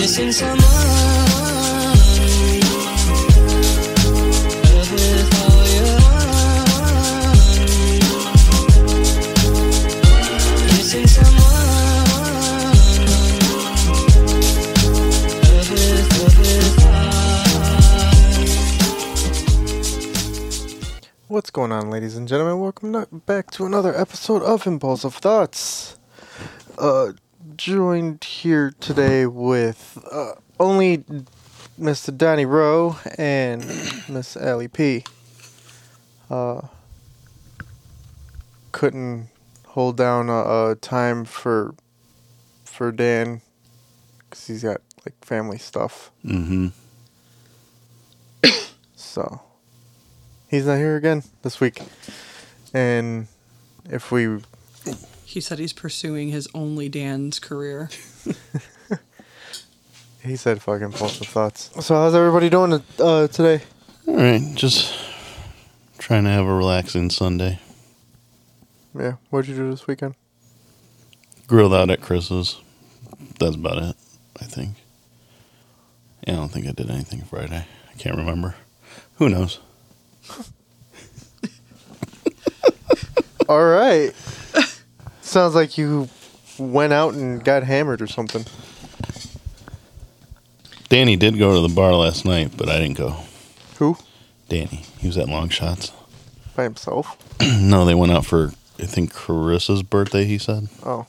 Missing someone. Love without you. Missing someone. Love with- love without. What's going on, ladies and gentlemen? Welcome no- back to another episode of Impulsive Thoughts. Uh, joined here today with uh, only Mr. Donnie Rowe and Miss Allie P. Uh, couldn't hold down a, a time for for Dan because he's got like family stuff. Mm-hmm. So he's not here again this week. And if we He said he's pursuing his only Dan's career. he said fucking impulsive thoughts. So how's everybody doing uh, today? All right, just trying to have a relaxing Sunday. Yeah, what'd you do this weekend? Grilled out at Chris's. That's about it, I think. Yeah, I don't think I did anything Friday. I can't remember. Who knows? All right. Sounds like you went out and got hammered or something. Danny did go to the bar last night, but I didn't go. Who? Danny, he was at Long Shots. By himself? no, they went out for I think Carissa's birthday. He said Oh,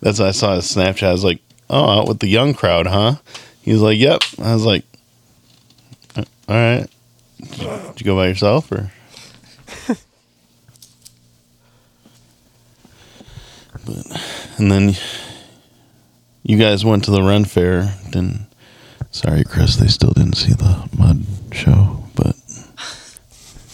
that's what I saw his Snapchat. I was like, oh, out with the young crowd, huh? He was like, yep. I was like, "Uh, all right. Did you go by yourself or? but and then you guys went to the Ren Fair. Didn't sorry, Chris. They still didn't see the mud show, but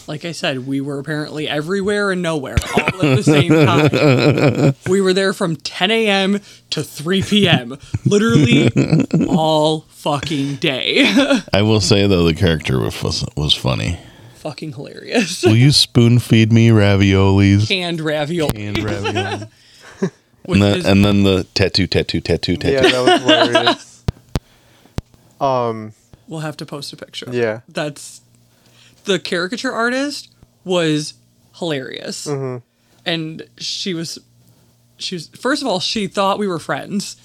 Like I said, we were apparently everywhere and nowhere all at the same time. We were there from 10 a.m. to 3 p.m. Literally all fucking day. I will say though the character was was funny. fucking hilarious. Will you spoon feed me raviolis? Canned ravioli And ravioli. with and, then, his and then the tattoo, tattoo, tattoo, yeah, tattoo. that was hilarious. um, We'll have to post a picture. Yeah. That's the caricature artist was hilarious. And she was she was first of all, she thought we were friends.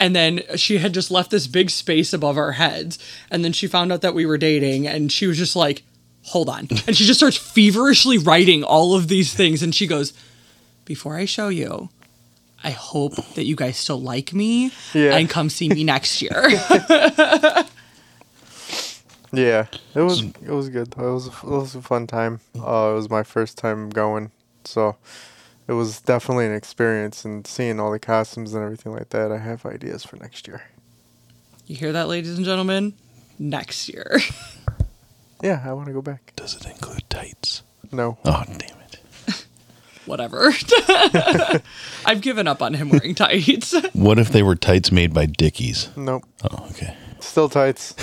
And then she had just left this big space above our heads. And then she found out that we were dating and she was just like, "Hold on." And she just starts feverishly writing all of these things and she goes, "Before I show you, I hope that you guys still like me Yeah. and come see me next year." yeah, it was it was good. though. It was a, it was a fun time. Uh, it was my first time going, so it was definitely an experience. And seeing all the costumes and everything like that, I have ideas for next year. You hear that, ladies and gentlemen? Next year. Yeah, I want to go back. Does it include tights? No. Oh, damn it. Whatever. I've given up on him wearing tights. What if they were tights made by Dickies? Nope. Oh, okay. Still tights.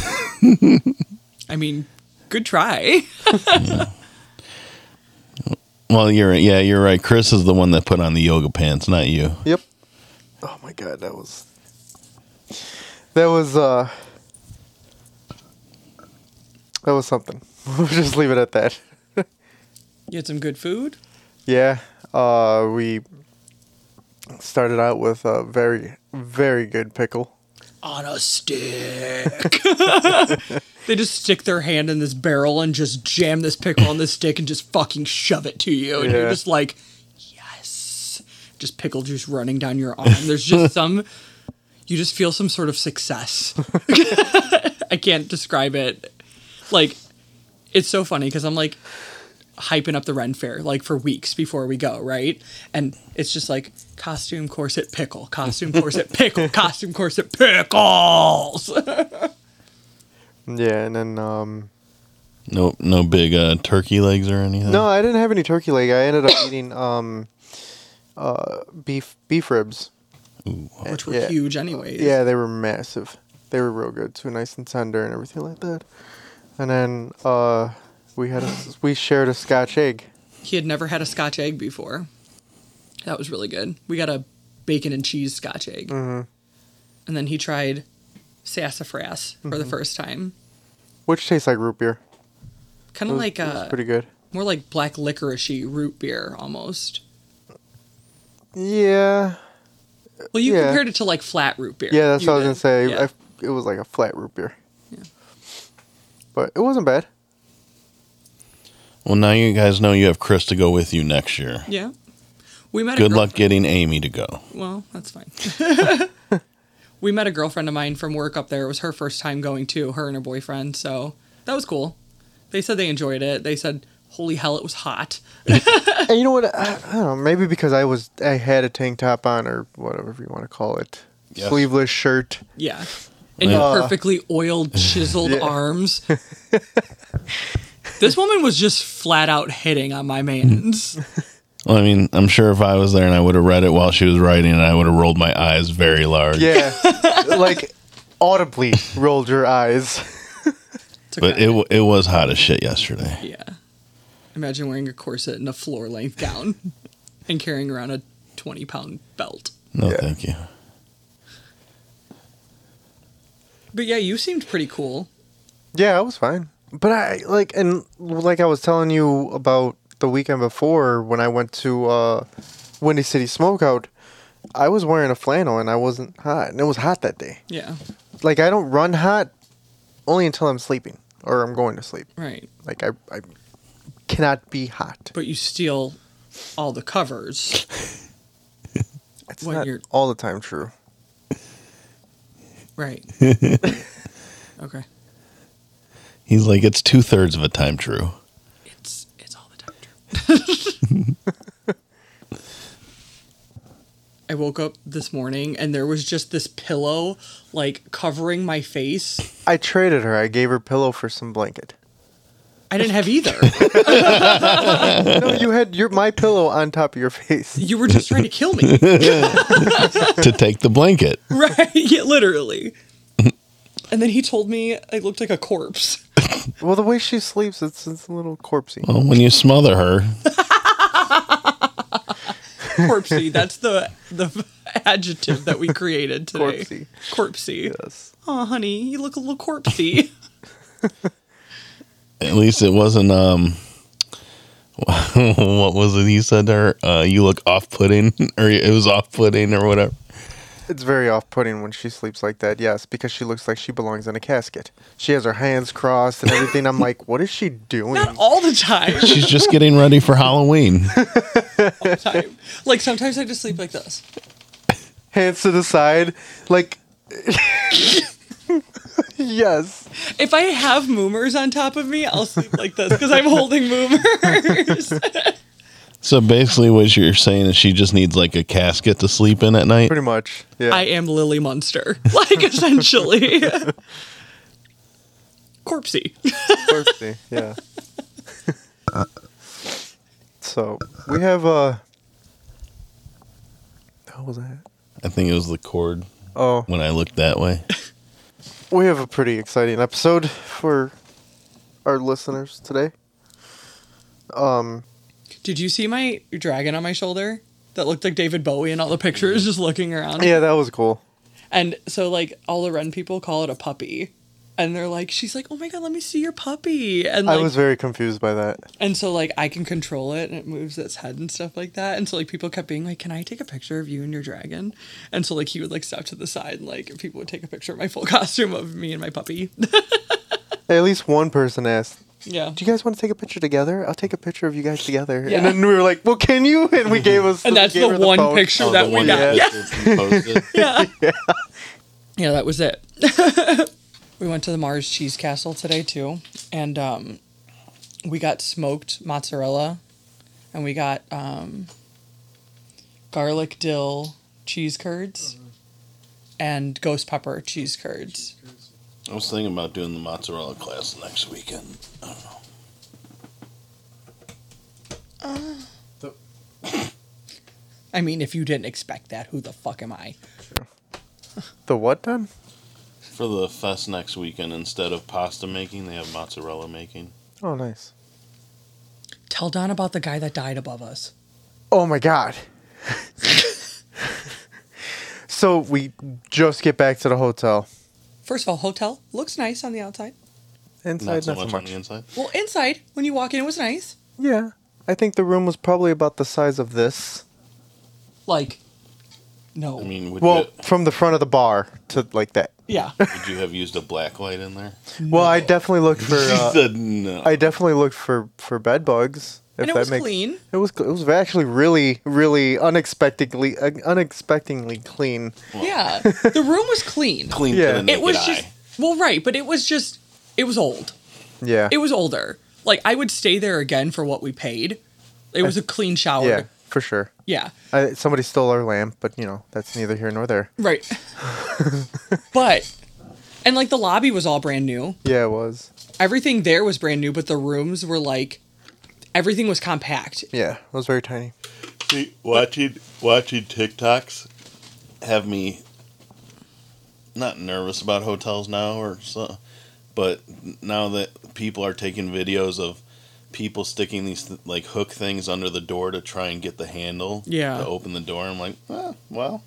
I mean, good try. Well, you're right. Yeah, you're right. Chris is the one that put on the yoga pants, not you. Yep. Oh my god, that was that was uh that was something. we'll just leave it at that. You had some good food. Yeah. Uh we started out with a very very good pickle. On a stick. they just stick their hand in this barrel and just jam this pickle on this stick and just fucking shove it to you. And Yeah. you're just like, yes. Just pickle juice running down your arm. There's just some, you just feel some sort of success. I can't describe it. Like, it's so funny because I'm like hyping up the Ren Fair like for weeks before we go, right? And it's just like costume, corset, pickle, costume, corset, pickle, costume, corset, pickles. Yeah, and then um No, no big uh, turkey legs or anything. no, I didn't have any turkey leg. I ended up eating um uh beef beef ribs. Which were Yeah. huge, anyways. Yeah, they were massive. They were real good too, nice and tender and everything like that. And then uh, we had a, we shared a Scotch egg. He had never had a scotch egg before. That was really good. We got a bacon and cheese scotch egg. Mm-hmm. And then he tried sassafras for Mm-hmm. the first time. which tastes like root beer. Kind It of was- like uh, it was a, pretty good. more like black licoricey root beer almost. Yeah, Well, you Yeah. compared it to like flat root beer. yeah, that's You what I was did. gonna say. Yeah. I, it was like a flat root beer. But it wasn't bad. Well, now you guys know you have Chris to go with you next year. Yeah. We met. a Good girl- luck getting Amy to go. Well, that's fine. we met a girlfriend of mine from work up there. It was her first time going too. Her and her boyfriend. So that was cool. They said they enjoyed it. They said, "Holy hell, it was hot." And you know what? I, I don't know. Maybe because I was I had a tank top on or whatever you want to call it, Yes. sleeveless shirt. Yeah. And your perfectly oiled, chiseled Yeah. arms. this woman was just flat out hitting on my man's. Well, I mean, I'm sure if I was there and I would have read it while she was writing, I would have rolled my eyes very large. Yeah, like audibly rolled your eyes. It's But okay. it wa- it was hot as shit yesterday. Yeah. Imagine wearing a corset and a floor length gown and carrying around a 20 pound belt. No, Yeah. thank you. But yeah, you seemed pretty cool. Yeah, I was fine. But I like and like I was telling you about the weekend before when I went to uh Windy City Smokeout, I was wearing a flannel and I wasn't hot. And it was hot that day. Yeah. Like I don't run hot only until I'm sleeping or I'm going to sleep. Right. Like I I cannot be hot. But you steal all the covers. It's What, not you're- all the time true. Right. okay. He's like, it's two thirds of a time true. It's it's all the time true. I woke up this morning and there was just this pillow like covering my face. I traded her. I gave her pillow for some blanket. I didn't have either. no, you had your my pillow on top of your face. You were just trying to kill me. to take the blanket. Right, yeah, literally. and then he told me I looked like a corpse. Well, the way she sleeps, it's, it's a little corpsey. Well, when you smother her, Corpsey, that's the the adjective that we created today. Corpsey. Corpsey. Yes. Oh, honey, you look a little corpsey. at least it wasn't um what was it he said to her? Uh, you look off putting or it was off putting or whatever. It's very off putting when she sleeps like that, yes, because she looks like she belongs in a casket. She has her hands crossed and everything. I'm like, what is she doing? Not all the time. She's just getting ready for Halloween. time. Like sometimes I just sleep like this. Hands to the side. Like, yes. If I have moomers on top of me, I'll sleep like this because I'm holding moomers. So basically what you're saying is she just needs like a casket to sleep in at night. Pretty much. Yeah. I am Lily Munster, like essentially. corpsey. Thirsty, yeah. so, we have, uh. How was that? I think it was the cord Oh, when I looked that way. we have a pretty exciting episode for our listeners today. Um, Did you see my dragon on my shoulder that looked like David Bowie in all the pictures, just looking around? yeah, that was cool. And so, like, all the Ren people call it a puppy. And they're like, she's like, oh my god, let me see your puppy. And like, I was very confused by that. and so like I can control it and it moves its head and stuff like that. And so like people kept being like, can I take a picture of you and your dragon? And so like he would like step to the side and like people would take a picture of my full costume of me and my puppy. At least one person asked, yeah. "Do you guys want to take a picture together? I'll take a picture of you guys together." Yeah. And then we were like, "Well, can you?" And we gave us. And we that's gave Oh, the her one phone. Oh, picture that we got. Yeah. yeah. Yeah, that was it. we went to the Mars Cheese Castle today too, and um, we got smoked mozzarella, and we got um, garlic dill cheese curds, and ghost pepper cheese curds. I was thinking about doing the mozzarella class next weekend. I don't know. I mean, if you didn't expect that, who the fuck am I? The what done? for the fest next weekend, instead of pasta making, they have mozzarella making. Oh, nice. Tell Don about the guy that died above us. Oh my god. so we just get back to the hotel. First of all, hotel looks nice on the outside. Inside, Not so much on the inside. Well, inside when you walk in, it was nice. Yeah. I think the room was probably about the size of this. Like, no, I mean, would, Well, you, from the front of the bar to like that. yeah, would you have used a black light in there? Well, I definitely looked for. she Uh, said no. I definitely looked for for bed bugs. If and it was clean. It was cl- it was actually really really unexpectedly uh, unexpectedly clean. Yeah, the room was clean. Clean Yeah. to the It naked It was eye. just well, right, but it was just it was old. Yeah. It was older. Like I would stay there again for what we paid. It was a clean shower. yeah, for sure. Yeah. I, somebody stole our lamp, but you know, that's neither here nor there. Right. but and like the lobby was all brand new. Yeah, it was. Everything there was brand new, but the rooms were like everything was compact. Yeah, it was very tiny. See, watching watching TikToks have me not nervous about hotels now or so, but now that people are taking videos of people sticking these like hook things under the door to try and get the handle Yeah. to open the door. I'm like, ah, well,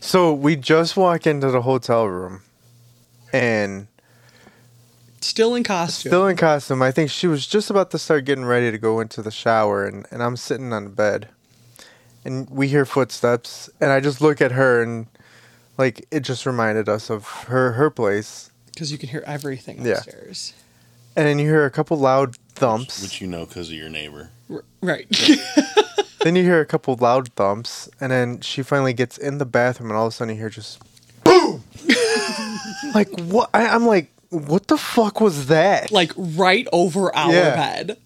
So we just walk into the hotel room and Still in costume. still in costume. I think she was just about to start getting ready to go into the shower and, and I'm sitting on the bed and we hear footsteps and I just look at her and like it just reminded us of her her place. Because you can hear everything Yeah. upstairs. And then you hear a couple loud thumps. which you know because of your neighbor. R- right. then you hear a couple loud thumps, and then she finally gets in the bathroom, and all of a sudden you hear just boom. like what? I, I'm like, what the fuck was that? like right over our Yeah. head.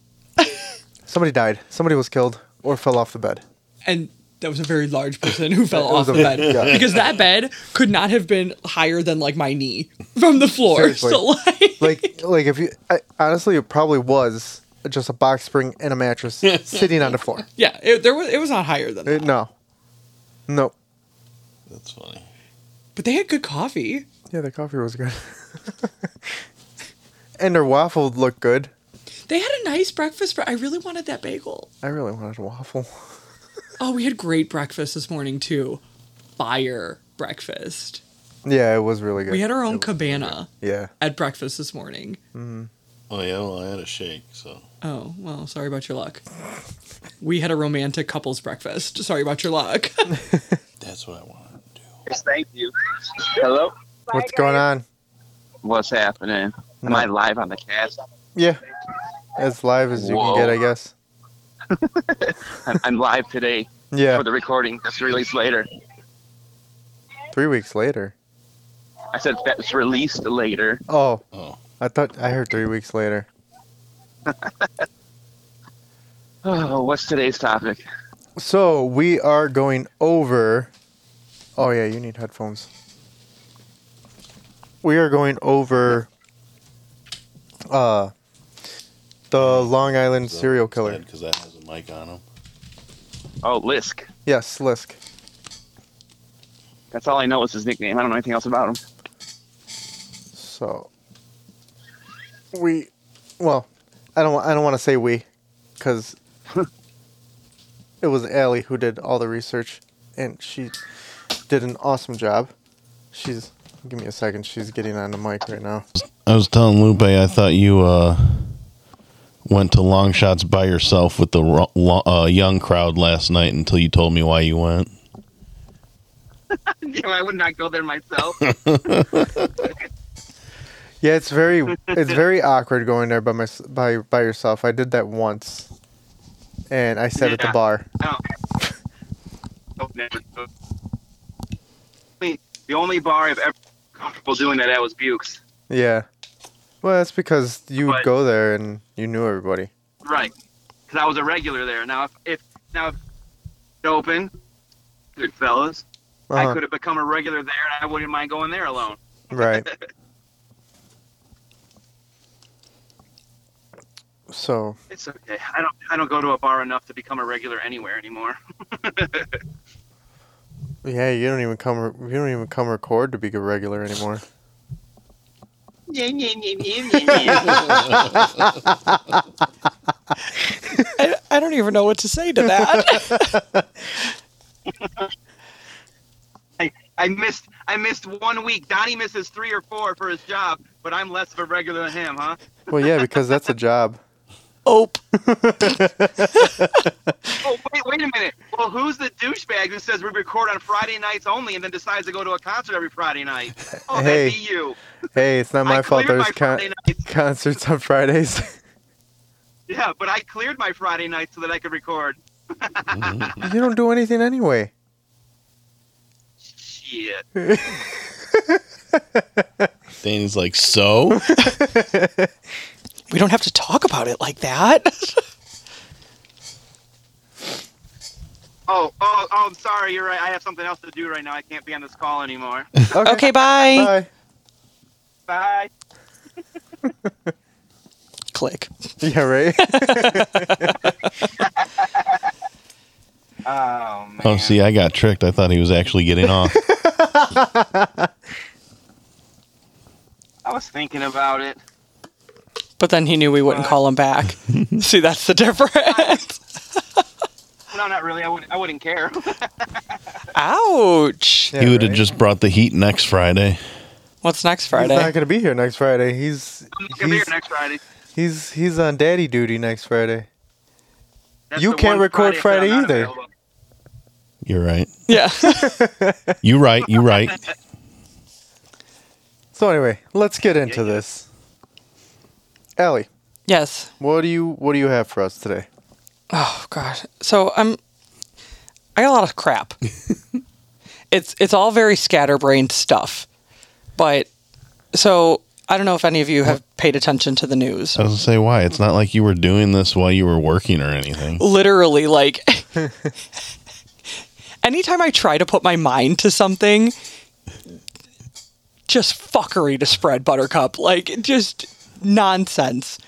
Somebody died. Somebody was killed or fell off the bed. And that was a very large person who fell was off the a- bed. yeah. Because that bed could not have been higher than like my knee from the floor. Seriously. So like Like, like if you I, honestly, it probably was just a box spring and a mattress sitting on the floor. Yeah, it, there was it was not higher than Uh, that. no, no. That's funny. But they had good coffee. Yeah, the coffee was good, and their waffle looked good. They had a nice breakfast, but I really wanted that bagel. I really wanted a waffle. Oh, we had great breakfast this morning too. Fire breakfast. Yeah, it was really good. We had our own cabana yeah. at breakfast this morning. Oh yeah, well I had a shake, so Oh, well, sorry about your luck. We had a romantic couples breakfast. Sorry about your luck. that's what I wanted to do. Yes, thank you. Hello? What's going on? What's happening? Am I live on the cast? Yeah. As live as you Whoa. can get, I guess. I'm, I'm live today Yeah. for the recording that's released later. Three weeks later. I said that's released later. Oh, Oh, I thought I heard three weeks later. Oh, what's today's topic? So we are going over. Oh, yeah, you need headphones. We are going over uh, the Long Island serial killer. because that has a mic on him. Oh, Lisk. Yes, Lisk. That's all I know is his nickname. I don't know anything else about him. So we, well, I don't I don't want to say we, because it was Allie who did all the research, and she did an awesome job. She's give me a second. She's getting on the mic right now. I was telling Lupe I thought you uh, went to long shots by yourself with the ro- lo- uh, young crowd last night until you told me why you went. Damn, I would not go there myself. Yeah, it's very it's very awkward going there by my by by yourself. I did that once, and I sat at the Yeah. bar. I Oh, don't. The only bar I've ever been comfortable doing that at was Bukes. Yeah, well, that's because you would But- go there and you knew everybody. Right. Because I was a regular there. Now, if, if now if it open, good fellas, I Uh-huh, could have become a regular there, and I wouldn't mind going there alone. Right. So It's okay. I don't I don't go to a bar enough to become a regular anywhere anymore. Yeah, you don't even come. Re- you don't even come record to be a regular anymore. I, I don't even know what to say to that. I, I missed I missed one week. Donnie misses three or four for his job, but I'm less of a regular than him, huh? Well, yeah, because that's a job. oh, Oh wait, wait a minute. Well, who's the douchebag who says we record on Friday nights only and then decides to go to a concert every Friday night? Oh, Hey, that'd be you. Hey, it's not my I fault. cleared There's my con- Friday nights. concerts on Fridays. Yeah, but I cleared my Friday night so that I could record. you don't do anything anyway. Shit. Danny's like, so? we don't have to talk about it like that. Oh, oh, oh, I'm sorry. You're right. I have something else to do right now. I can't be on this call anymore. Okay. okay, bye. Bye. Bye. Click. Yeah, right. Oh man. Oh, see, I got tricked. I thought he was actually getting off. I was thinking about it. But then he knew we wouldn't call him back. See, that's the difference. No, not really. I wouldn't. I wouldn't care. Ouch. Yeah, he would have right. just brought the heat next Friday. What's next He's Friday? not gonna be here next Friday. He's I'm not gonna be here he's, next Friday. he's he's on daddy duty next Friday. That's You the can't one record Friday, that I'm Friday not either. available. You're right. Yeah. You right. You right. So anyway, let's get into Yeah, yeah. this. Allie, yes. what do you what do you have for us today? Oh gosh. So I'm I got a lot of crap. it's it's all very scatterbrained stuff. But so I don't know if any of you have paid attention to the news. I was going to say, why? It's not like you were doing this while you were working or anything. Literally like anytime I try to put my mind to something just fuckery to spread buttercup. Like just nonsense.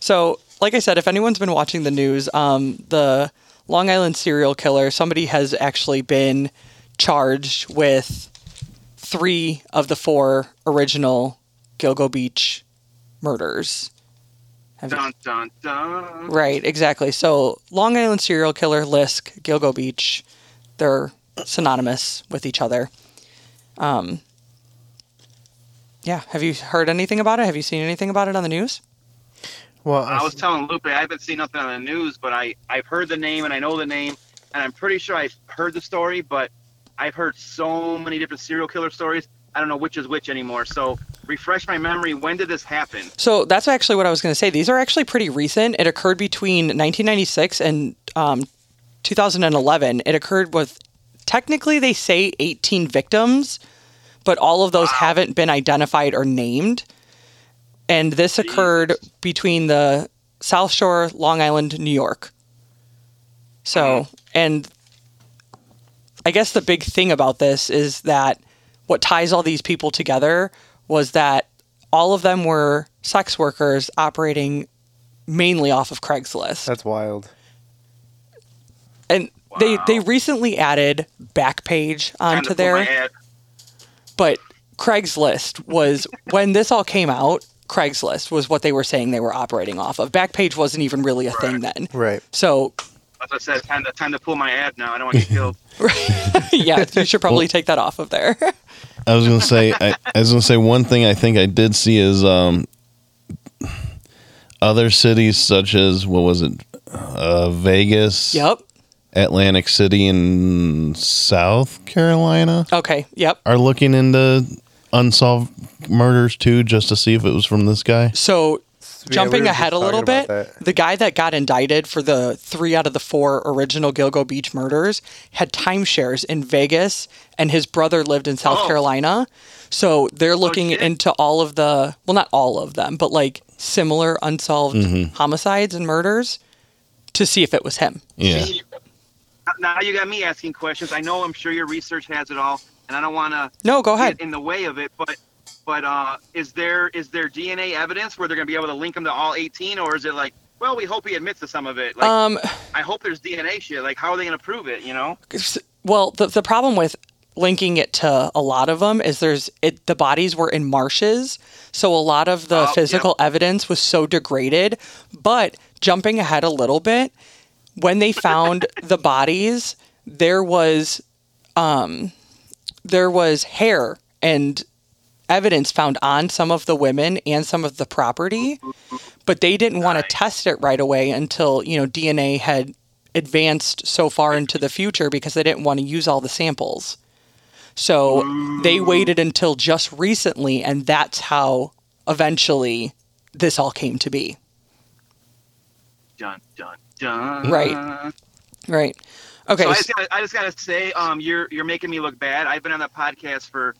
So, like I said, if anyone's been watching the news, um, the Long Island serial killer, somebody has actually been charged with three of the four original Gilgo Beach murders. Have you- Dun dun dun. Right, exactly. So, Long Island serial killer, Lisk, Gilgo Beach, they're synonymous with each other. Um, yeah, have you heard anything about it? Have you seen anything about it on the news? Well, I was telling Lupe I haven't seen nothing on the news, but I I've heard the name and I know the name, and I'm pretty sure I've heard the story, but I've heard so many different serial killer stories. I don't know which is which anymore. So refresh my memory. When did this happen? So that's actually what I was going to say. These are actually pretty recent. It occurred between 1996 and um, 2011. It occurred with technically they say 18 victims, but all of those haven't been identified or named. And this occurred between the South Shore, Long Island, New York. So, and I guess the big thing about this is that what ties all these people together was that all of them were sex workers operating mainly off of Craigslist. that's wild. And they they recently added Backpage Kinda onto blew my there, head. but Craigslist was when this all came out, Craigslist was what they were saying they were operating off of. Backpage wasn't even really a thing then. Right. So, As I said, time to time to pull my ad now. I don't want to get killed. yeah, you should probably take that off of there. I was gonna say I, I was gonna say one thing I think I did see is um other cities such as what was it uh, Vegas, yep. Atlantic City, and South Carolina Okay. Yep. are looking into unsolved murders too, just to see if it was from this guy. So, we jumping were just ahead a talking little about bit, that. the guy that got indicted for the three out of the four original Gilgo Beach murders had timeshares in Vegas, and his brother lived in South Oh. Carolina. So they're looking shit. into all of the well, not all of them, but like similar unsolved Mm-hmm. homicides and murders to see if it was him. Yeah, Now you got me asking questions. I know I'm sure your research has it all, and I don't want to No, go ahead. get in the way of it, but but uh, is there is there DNA evidence where they're going to be able to link him to all 18, or is it like, well, we hope he admits to some of it? Like, Um, I hope there's DNA shit. Like, how are they going to prove it? You know? s- well, the the problem with linking it to a lot of them is there's it, the bodies were in marshes, so a lot of the Oh, physical evidence was so degraded. But jumping ahead a little bit, when they found the bodies, there was um, there was hair and evidence found on some of the women and some of the property, but they didn't want to test it right away until, you know, DNA had advanced so far into the future because they didn't want to use all the samples. So Mm. they waited until just recently and that's how eventually this all came to be. Dun dun dun. Right. Right. Okay. Mm-hmm. So I s- just, gotta, I just gotta say, um, you're you're making me look bad. I've been on the podcast for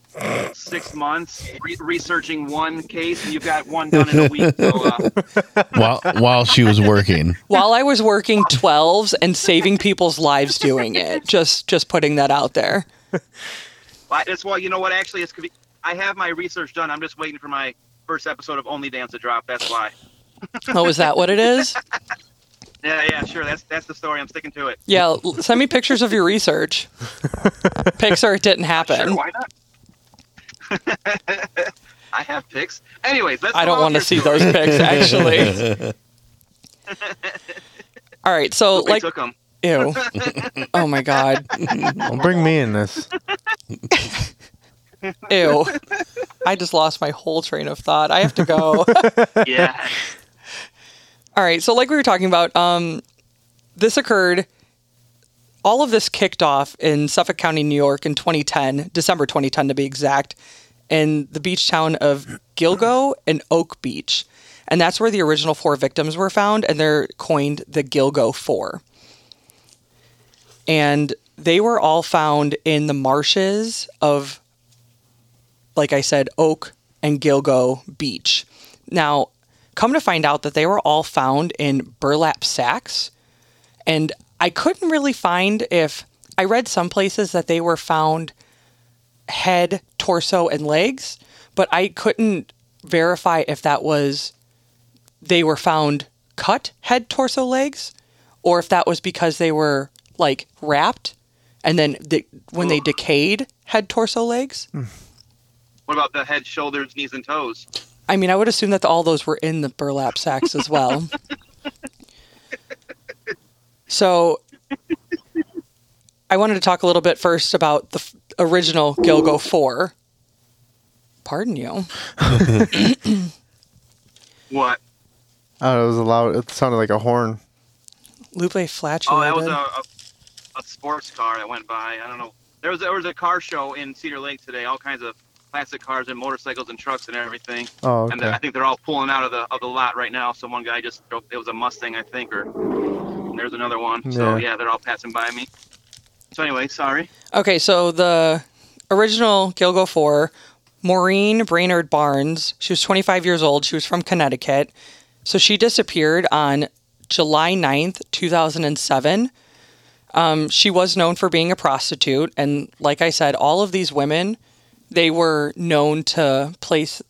six months re- researching one case, and you've got one done in a week. So, uh, while while she was working. while I was working 12s and saving people's lives doing it. Just just putting that out there. I- that's why you know what? Actually, it's could be. I have my research done. I'm just waiting for my first episode of Only Dance to drop. That's why. Oh, is that what it is? Yeah, yeah, sure. That's that's the story. I'm sticking to it. Yeah, l- send me pictures of your research. Pixar, it didn't Sure, happen. why not? I have pics. Anyways, let's. I go don't on want to your see story. those pics, actually. All right, so We like, took 'em. ew. Oh my god, Don't bring me in this. ew. I just lost my whole train of thought. I have to go. Yeah. All right. So, like we were talking about, um, this occurred. All of this kicked off in Suffolk County, New York, in 2010, December 2010 to be exact, in the beach town of Gilgo and Oak Beach, and that's where the original four victims were found, and they're coined the Gilgo Four. And they were all found in the marshes of, like I said, Oak and Gilgo Beach. Now, come to find out that they were all found in burlap sacks. And I couldn't really find if I read some places that they were found head, torso, and legs, but I couldn't verify if that was they were found cut head, torso, legs, or if that was because they were like wrapped and then the, when they decayed, head, torso, legs. What about the head, shoulders, knees, and toes? I mean, I would assume that all those were in the burlap sacks as well. so I wanted to talk a little bit first about the f- original Gilgo 4. Pardon you. What? Oh, it was a loud. It sounded like a horn. Lupe Flatulated. Oh, that was a, a, a sports car that went by. I don't know. There was there was a car show in Cedar Lake today. All kinds of classic cars and motorcycles and trucks and everything. Oh, And I okay. think they're all pulling out of the of the lot right now. So one guy just drove, it was a Mustang, I think, or and there's another one. So Yeah. yeah, they're all passing by me. So anyway, sorry. Okay, so the original Gilgo 4, Maureen Brainerd Barnes, she was 25 years old. She was from Connecticut. So she disappeared on July 9th, 2007. Um, she was known for being a prostitute. And like I said, all of these women, they were known to place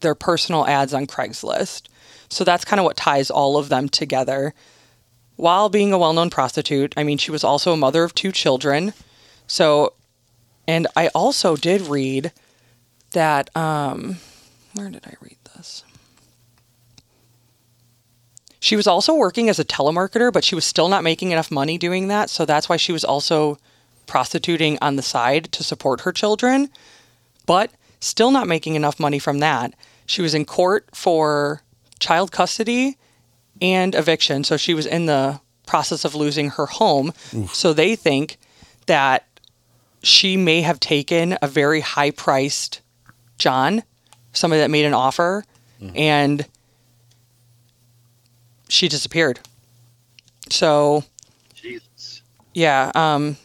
their personal ads on Craigslist. So that's kind of what ties all of them together. While being a well known prostitute, I mean, she was also a mother of two children. So, and I also did read that. Um, where did I read this? She was also working as a telemarketer, but she was still not making enough money doing that. So that's why she was also prostituting on the side to support her children, but still not making enough money from that. She was in court for child custody and eviction. So she was in the process of losing her home. So they think that she may have taken a very high priced John, somebody that made an offer, and she disappeared. So, Jesus. yeah, um,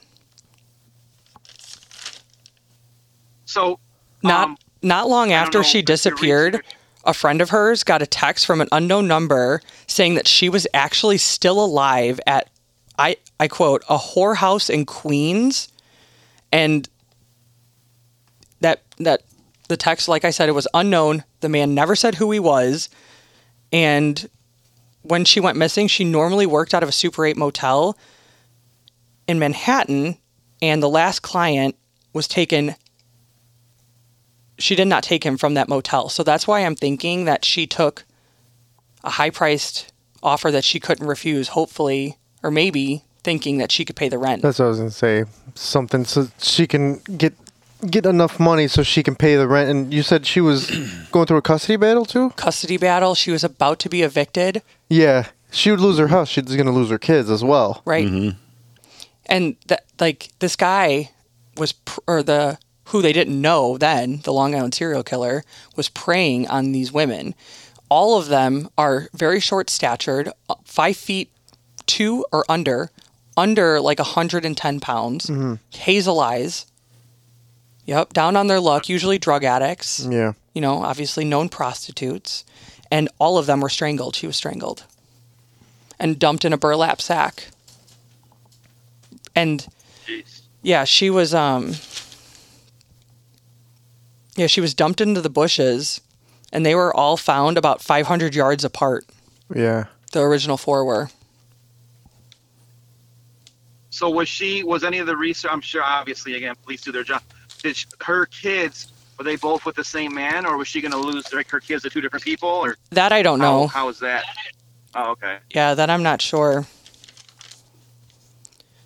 So not Um, not long don't after know she if your disappeared, research- a friend of hers got a text from an unknown number saying that she was actually still alive at I I quote a whorehouse in Queens, and that that the text, like I said, it was unknown. The man never said who he was, and when she went missing, she normally worked out of a Super 8 motel in Manhattan, and the last client was taken. She did not take him from that motel. So that's why I'm thinking that she took a high priced offer that she couldn't refuse, hopefully, or maybe thinking that she could pay the rent. That's what I was gonna say. Something so she can get get enough money so she can pay the rent. And you said she was going through a custody battle too. Custody battle. She was about to be evicted. Yeah, she would lose her house. She's gonna lose her kids as well. right? And that like this guy was pr- or the who they didn't know then, the Long Island serial killer was preying on these women. All of them are very short statured, uh, five feet two or under, under like 110 pounds, hazel eyes. Yep, down on their luck, usually drug addicts, Yeah. you know, obviously known prostitutes. And all of them were strangled. She was strangled and dumped in a burlap sack and Jeez. yeah, she was um yeah, she was dumped into the bushes and they were all found about 500 yards apart. Yeah. The original four were. So was she? Was any of the research? I'm sure. Obviously, again, police do their job. Did sh her kids? Were they both with the same man, or was she going to lose like her kids to two different people? Or That I don't how, know. how is that? Oh, okay. Yeah, that I'm not sure.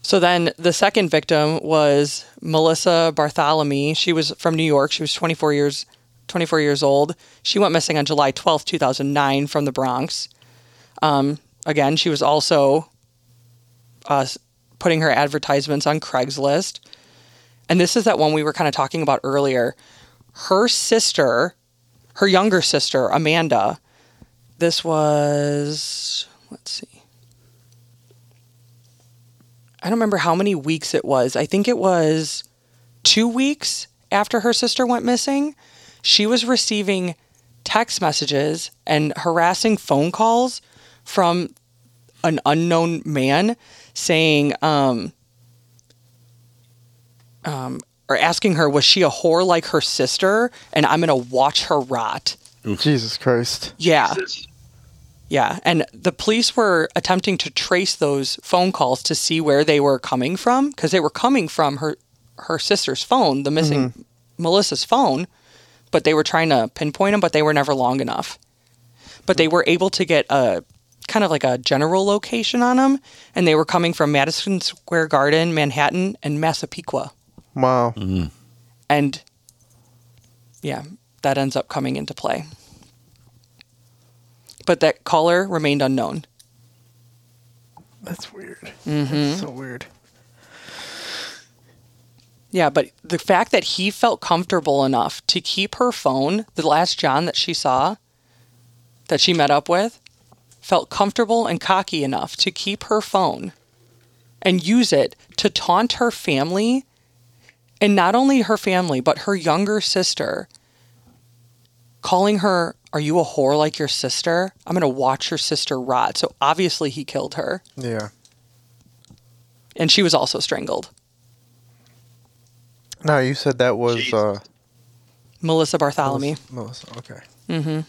So then the second victim was Melissa Bartholomew. She was from New York. She was 24 years 24 years old. She went missing on July 12th, 2009 from the Bronx. Um, again, she was also uh, s- putting her advertisements on Craigslist. And this is that one we were kind of talking about earlier. Her sister, her younger sister, Amanda, this was let's see i don't remember how many weeks it was i think it was two weeks after her sister went missing she was receiving text messages and harassing phone calls from an unknown man saying um, um, or asking her was she a whore like her sister and i'm gonna watch her rot Jesus Christ. yeah Jesus. yeah, and the police were attempting to trace those phone calls to see where they were coming from because they were coming from her her sister's phone, the missing Melissa's phone, but they were trying to pinpoint them, but they were never long enough. But they were able to get a kind of like a general location on them, and they were coming from Madison Square Garden, Manhattan, and Massapequa. Wow. Mm-hmm. And yeah, that ends up coming into play. But that caller remained unknown. That's weird. Mm-hmm. That's so weird. Yeah, but the fact that he felt comfortable enough to keep her phone, the last John that she saw, that she met up with, felt comfortable and cocky enough to keep her phone and use it to taunt her family and not only her family, but her younger sister, calling her, Are you a whore like your sister? I'm going to watch your sister rot. So obviously he killed her Yeah. and she was also strangled. No, you said that was Jesus. uh Melissa Bartholomew. Melissa- Melissa. Okay.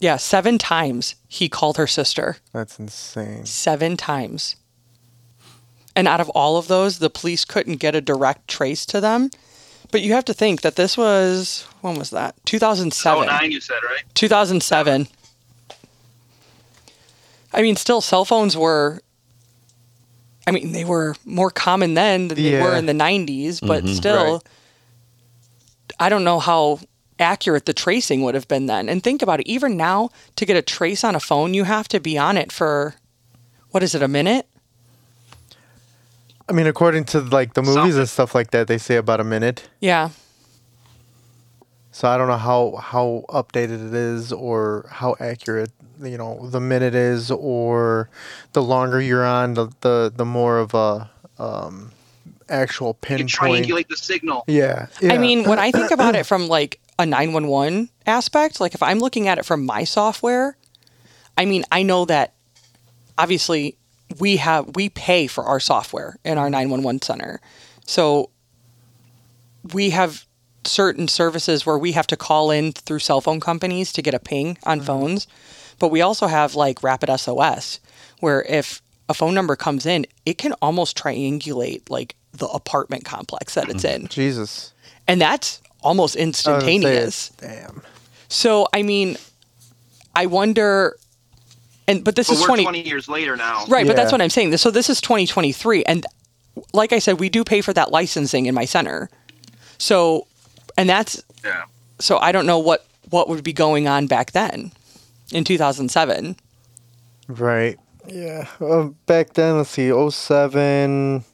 Yeah, seven times he called her sister. That's insane. Seven times. And out of all of those, the police couldn't get a direct trace to them. But you have to think that this was, when was that? Oh, 2007. nine. You said right. 2007. I mean, still, cell phones were, I mean, they were more common then than they Yeah. Mm-hmm. were in the 90s, but still, Right. I don't know how accurate the tracing would have been then. And think about it, even now, to get a trace on a phone, you have to be on it for, what is it, a minute? I mean, according to like the movies Something. and stuff like that, they say about a minute. Yeah. So I don't know how how updated it is or how accurate you know the minute is or the longer you're on the the, the more of a um, actual You pinpoint. triangulate the signal. Yeah, yeah. I mean, when I think about it from like a 911 aspect, like if I'm looking at it from my software, I mean, I know that obviously we have we pay for our software in our 911 center. So we have certain services where we have to call in through cell phone companies to get a ping on phones, but we also have like Rapid SOS where if a phone number comes in, it can almost triangulate like the apartment complex that it's in. Jesus. And that's almost I was gonna Oh, say it. instantaneous. Damn. So, I mean, I wonder and but this But is we're 20 20 years later now. Right, but Yeah. that's what I'm saying. So this is 2023, and like I said, we do pay for that licensing in my center. So, and that's Yeah. so I don't know what what would be going on back then, in 2007. Right. Yeah. Uh, back then, let's see, 07,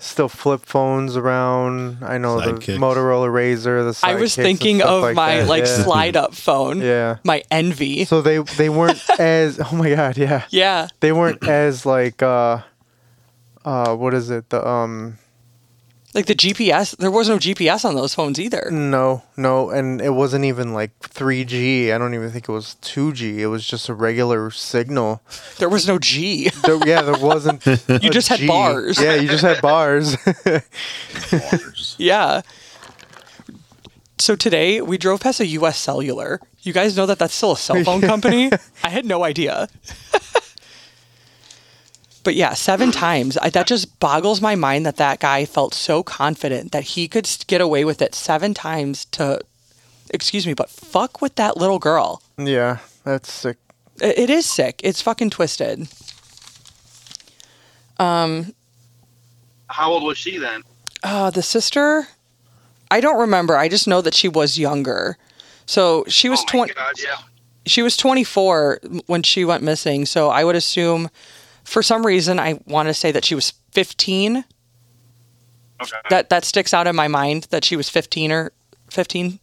still flip phones around. I know Sidekicks. the Motorola Razor. The I was sidekicks and thinking stuff of my that. like yeah. slide up phone. Yeah. My envy. So they they weren't as oh my god yeah yeah. they weren't as like uh uh what is it the um Like the GPS, there was no GPS on those phones either. no no and it wasn't even like 3G I don't even think it was 2G it was just a regular signal There was no G. There- yeah, there wasn't. you just had bars. Yeah, you just had bars. yeah. So today we drove past a US Cellular. You guys know that that's still a cell phone company? I had no idea. but yeah, seven times. I, that just boggles my mind that that guy felt so confident that he could s- get away with it seven times to, excuse me, but fuck with that little girl. yeah, that's sick. I- It is sick. It's fucking twisted. How old was she then? Uh, the sister, I don't remember. I just know that she was younger. So she was oh my 20. God, yeah. she was 24 when she went missing. So I would assume, for some reason, I want to say that she was 15. Okay. That that sticks out in my mind that she was 15 or 15.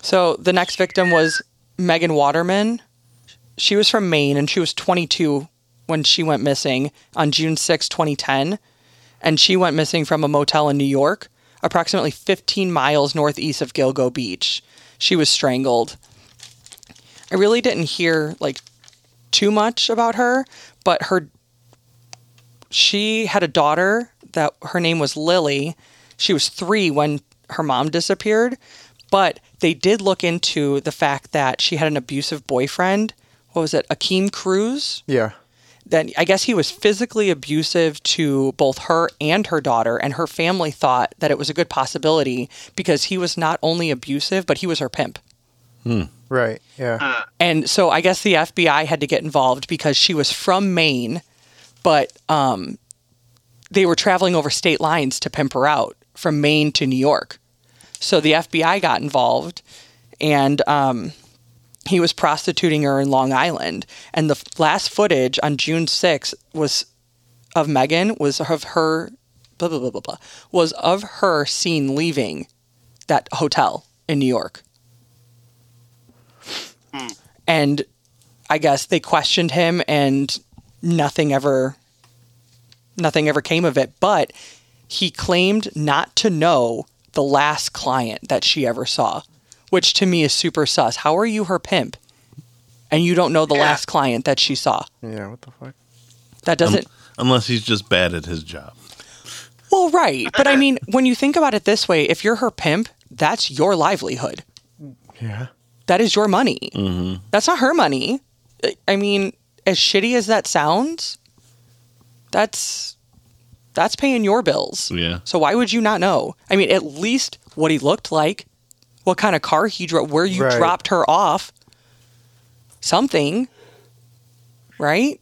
So the next victim was Megan Waterman. She was from Maine and she was 22 when she went missing on June 6, 2010, and she went missing from a motel in New York, approximately 15 miles northeast of Gilgo Beach. She was strangled. I really didn't hear like too much about her, but her she had a daughter that her name was Lily. She was three when her mom disappeared, but they did look into the fact that she had an abusive boyfriend. What was it, Akeem Cruz? Yeah, That I guess he was physically abusive to both her and her daughter, and her family thought that it was a good possibility because he was not only abusive, but he was her pimp. right. Uh. Yeah, And so I guess the FBI had to get involved because she was from Maine, but um, they were traveling over state lines to pimp her out from Maine to New York. So the FBI got involved and um, he was prostituting her in Long Island. And the f- last footage on June 6th was of Megan, was of her, blah, blah, blah, blah, blah, was of her seen leaving that hotel in New York and I guess they questioned him and nothing ever nothing ever came of it but he claimed not to know the last client that she ever saw which to me is super sus how are you her pimp and you don't know the last client that she saw yeah. What the fuck? that doesn't Unless he's just bad at his job. well right but i mean when you think about it this way if you're her pimp that's your livelihood Yeah, that is your money. Mm. Mm-hmm. That's not her money. I- I mean, as shitty as that sounds, that's that's paying your bills. Yeah. So why would you not know? I mean, at least what he looked like, what kind of car he drove, where you Right. dropped her off, something, right?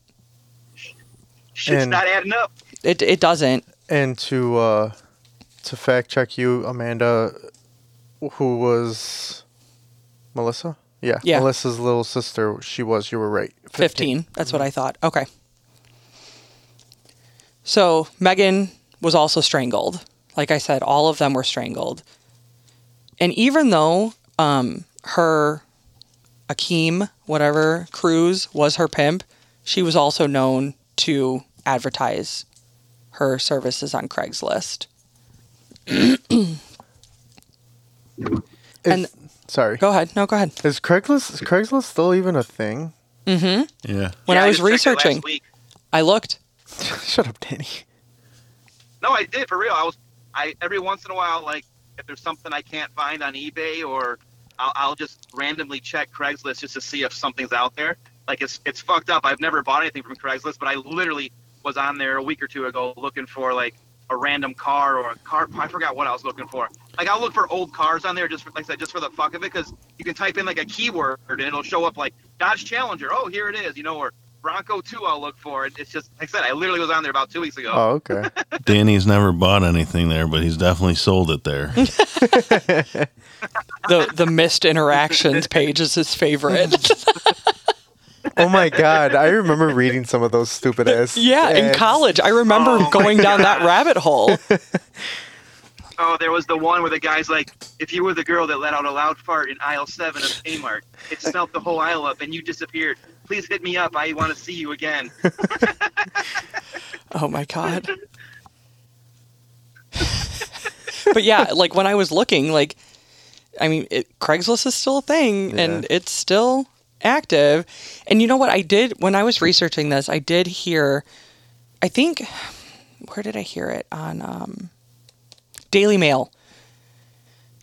Shit's And- not adding up. It it doesn't. and to uh, to fact check you, Amanda, who was Melissa? Yeah, Yeah. Melissa's little sister. She was. You were right. 15. That's what I thought. Okay. So Megan was also strangled. Like I said, all of them were strangled. And even though um, her Akeem, whatever, Cruz was her pimp, she was also known to advertise her services on Craigslist. If- and- sorry. Go ahead. No, go ahead. Is Craigslist is Craigslist still even a thing? Yeah. When Yeah, I was just checked it last researching, week. I looked. Shut up, Danny. No, I did for real. I was, I every once in a while, like if there's something I can't find on eBay or I'll, I'll just randomly check Craigslist just to see if something's out there. Like it's it's fucked up. I've never bought anything from Craigslist, but I literally was on there a week or two ago looking for like a random car or a car. I forgot what I was looking for. Like I'll look for old cars on there just for, like I said, just for the fuck of it, because you can type in like a keyword and it'll show up like Dodge Challenger. Oh, here it is. You know, or Bronco Two. I'll look for it. It's just like I said. I literally was on there about two weeks ago. Oh, okay. Danny's never bought anything there, but he's definitely sold it there. The the missed interactions page is his favorite. oh my god, I remember reading some of those stupid ass. yeah, in ads. college, I remember Oh my going down that God. rabbit hole. Oh, there was the one where the guy's like, if you were the girl that let out a loud fart in aisle seven of Kmart, it smelt the whole aisle up and you disappeared. Please hit me up. I want to see you again. Oh my god. but yeah, like when I was looking, like I mean, it, Craigslist is still a thing and it's still active. And you know what I did when I was researching this, I did hear I think where did I hear it on um Daily Mail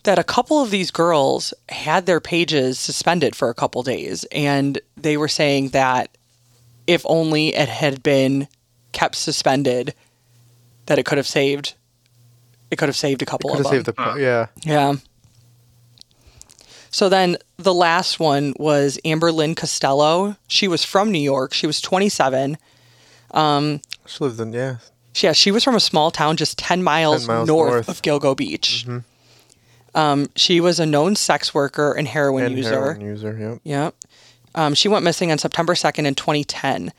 that a couple of these girls had their pages suspended for a couple days and they were saying that if only it had been kept suspended that it could have saved it could have saved a couple Could of have them. saved the. po- Yeah. Yeah. So then the last one was Amber Lynn Costello. She was from New York. She was 27. She lived in yeah. She- Yeah, she was from a small town just 10 miles, 10 miles north, north. Mm-hmm. of Gilgo Beach. Um, she was a known sex worker and heroin And user. heroin user. Yep. Yep. Um, she went missing on September 2nd in 2010.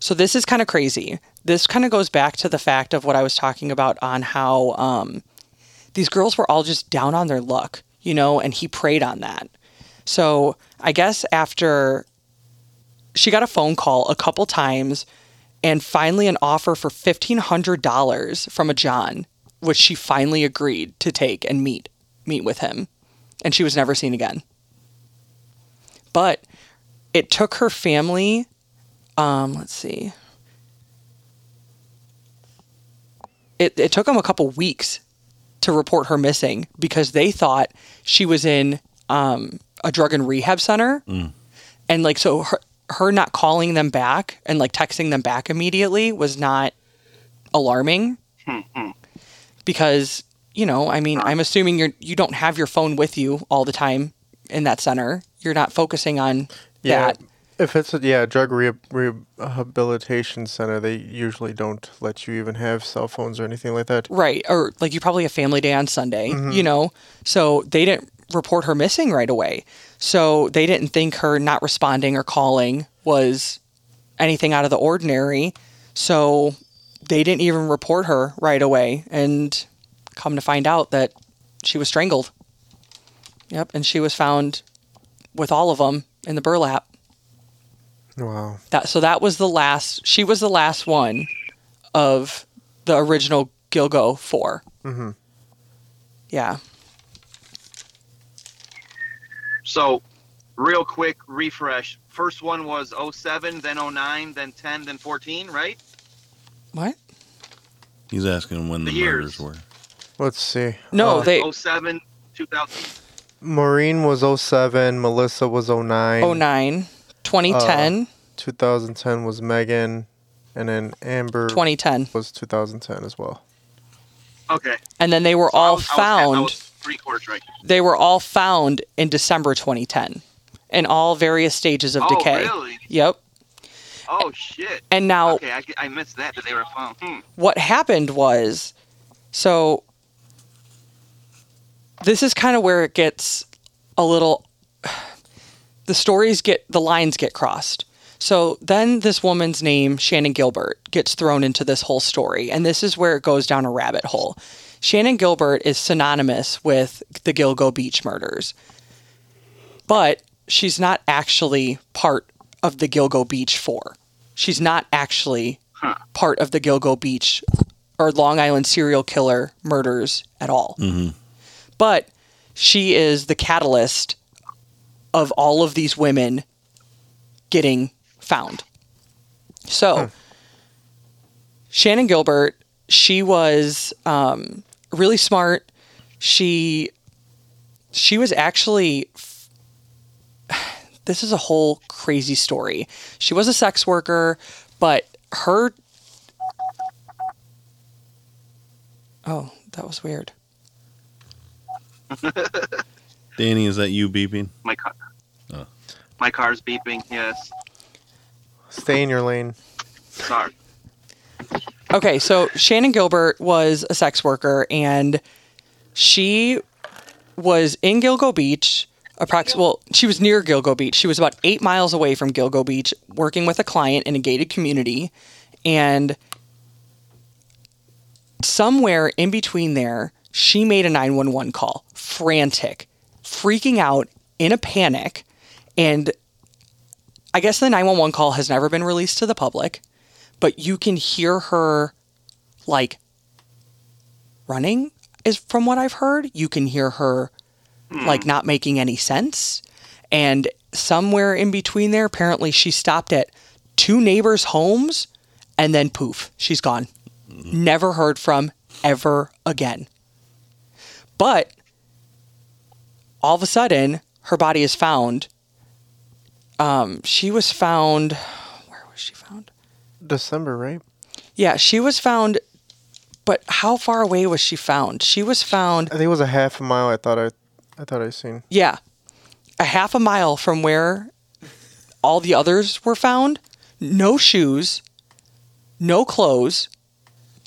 So this is kind of crazy. This kind of goes back to the fact of what I was talking about on how um, these girls were all just down on their luck, you know, and he preyed on that. So I guess after she got a phone call a couple times and finally an offer for $1,500 from a John, which she finally agreed to take and meet meet with him. And she was never seen again but it took her family um let's see it, it took them a couple weeks to report her missing because they thought she was in um, a drug and rehab center and like so her, her not calling them back and like texting them back immediately was not alarming because you know i mean i'm assuming you're you don't have your phone with you all the time in that center you're not focusing on that If it's a yeah drug rehab, rehabilitation center, they usually don't let you even have cell phones or anything like that. right or like you probably have family day on sunday you know so they didn't report her missing right away so they didn't think her not responding or calling was anything out of the ordinary so they didn't even report her right away and come to find out that she was strangled yep and she was found with all of them in the burlap Wow. that so that was the last. She was the last one of the original Gilgo 4 Mm-hmm. Yeah. So, real quick refresh. First one was 07, then 09, then 10, then 14, right? What? He's asking when the Years. murders were. Let's see. Uh, Oh, No, they. 07, 2000. Maureen was 07, Melissa was 09, Oh, oh, 09, 2010, 2010 was Megan, and then Amber 2010. was 2010 as well. Okay. and then they were I all was- I was- I found. was three quarters right. they were all found in December 2010, in all various stages of Oh, decay. really? Yep. Oh, shit. And now Okay, I, I missed that, that they were found. Hmm. what happened was so this is kind of where it gets a little the stories get the lines get crossed so then this woman's name shannon gilbert gets thrown into this whole story and this is where it goes down a rabbit hole shannon gilbert is synonymous with the gilgo beach murders but she's not actually part of the gilgo beach four she's not actually part of the Gilgo Beach or Long Island serial killer murders at all. But she is the catalyst of all of these women getting found. So, Shannon Gilbert, she was um, really smart. She she was actually this is a whole crazy story. She was a sex worker, but her. Oh, that was weird. Danny, is that you beeping? My car. Oh. My car's beeping. Yes. Stay in your lane. Sorry. Okay, so Shannon Gilbert was a sex worker and she was in Gilgo Beach. Approx- well, she was near Gilgo Beach. She was about eight miles away from Gilgo Beach, working with a client in a gated community. And somewhere in between there, she made a 911 call, frantic, freaking out in a panic. And I guess the 911 call has never been released to the public but you can hear her like running is from what I've heard. You can hear her like not making any sense. And somewhere in between there, apparently she stopped at two neighbors' homes and then poof, she's gone. Never heard from ever again. But all of a sudden, her body is found. Um, she was found. Where was she found? December, right? Yeah, she was found, but how far away was she found? She was found, I think it was a half a mile. I thought I, I thought I seen. yeah, a half a mile from where all the others were found. No shoes, no clothes,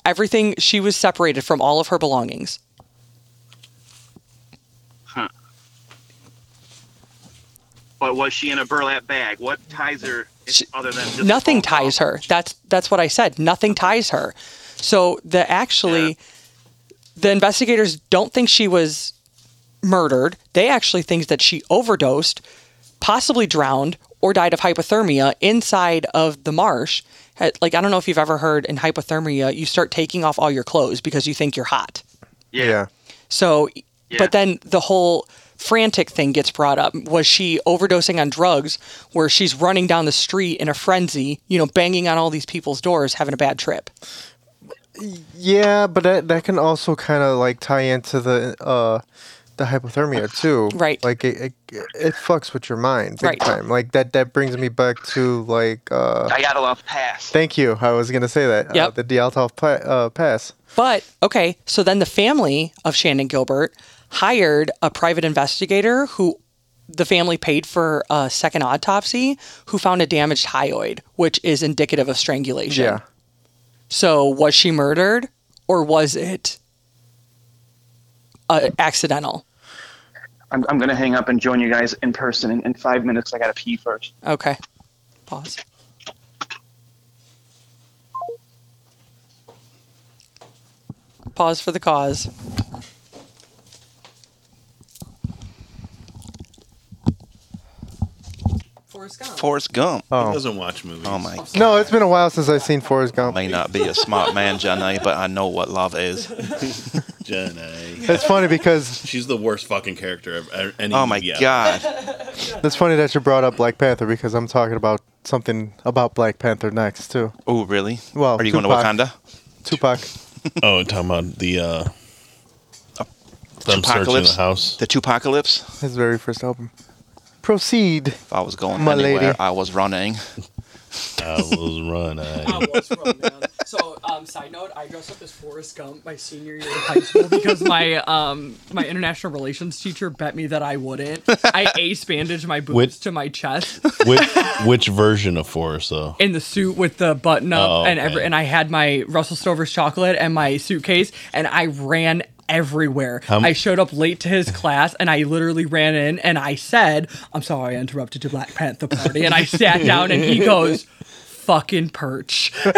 everything. She was separated from all of her belongings. But was she in a burlap bag? What ties her She- other than just a nothing phone call? ties her. That's that's what I said. Nothing ties her. So the actually Yeah. the investigators don't think she was murdered. They actually think that she overdosed, possibly drowned or died of hypothermia inside of the marsh. Had- Like I don't know if you've ever heard in hypothermia, you start taking off all your clothes because you think you're hot. Yeah. So, Yeah. but then the whole frantic thing gets brought up. Was she overdosing on drugs where she's running down the street in a frenzy, you know, banging on all these people's doors, having a bad trip? Yeah, but that that can also kind of like tie into the uh the hypothermia too. Right. Like it it, it fucks with your mind big Right. time. Like that that brings me back to like uh I got a left pass. thank you. I was going to say that. Uh, Yep. the Dialtov pa- uh, pass. But okay, so then the family of Shannon Gilbert hired a private investigator who the family paid for a second autopsy who found a damaged hyoid, which is indicative of strangulation. Yeah. So was she murdered or was it uh, accidental? I'm, I'm gonna hang up and join you guys in person in, in five minutes. I gotta pee first. Okay. Pause. Pause for the cause. Forrest Gump. Forrest Gump. He Oh. doesn't watch movies. Oh my. God. No, it's been a while since I've seen Forrest Gump. May not be a smart man, Johnny, but I know what love is. Jenny. It's funny because eh? She's the worst fucking character of uh, any Oh my movie ever. God. it's funny that you brought up Black Panther because I'm talking about something about Black Panther next too. Oh really? Well, are you going to Tupac. Wakanda? Tupac. Oh, talking about the uh them searching the Apocalypse? house. The Tupacalypse. His very first album. Proceed. If I was going My anywhere, lady. I was running. I was running. So, um, side note, I dressed up as Forrest Gump my senior year of high school because my um my international relations teacher bet me that I wouldn't. I ace bandaged my boobs Which- to my chest which which version of Forrest though? in the suit with the button up Oh, and every okay. and I had my Russell Stover's chocolate and my suitcase and I ran everywhere. m- I showed up late to his class and I literally ran in and I said, "I'm sorry I interrupted your Black Panther party." And I sat down and he goes, "Fucking perch."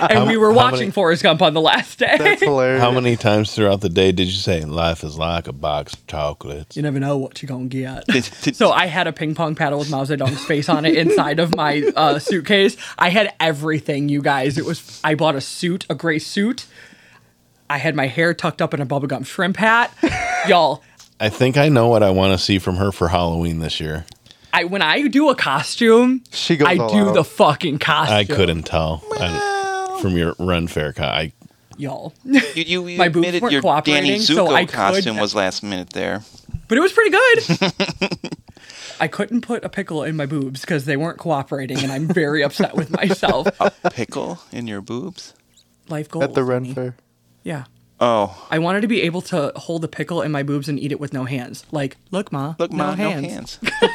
and we were watching many- Forrest Gump on the last day. That's hilarious. How many times throughout the day did you say life is like a box of chocolates? you never know what you're going to get. so I had a ping pong paddle with Mao Zedong's face on it inside of my uh, suitcase. I had everything, you guys. It was I bought a suit, a gray suit. I had my hair tucked up in a bubblegum shrimp hat. Y'all, I think I know what I want to see from her for Halloween this year. I when I do a costume, She goes I all do out. the fucking costume. I couldn't tell I, from your run fair. co- I Y'all. You, you, you My boobs admitted weren't your Danny cooperating, Zuko so I could- costume was last minute there. But it was pretty good. I couldn't put a pickle in my boobs because they weren't cooperating, and I'm very upset with myself. Pickle in your boobs? Life goals At the honey. Ren Fair. Yeah, Oh, I wanted to be able to hold a pickle in my boobs and eat it with no hands. Like, look, ma, look, no ma, hands. no hands.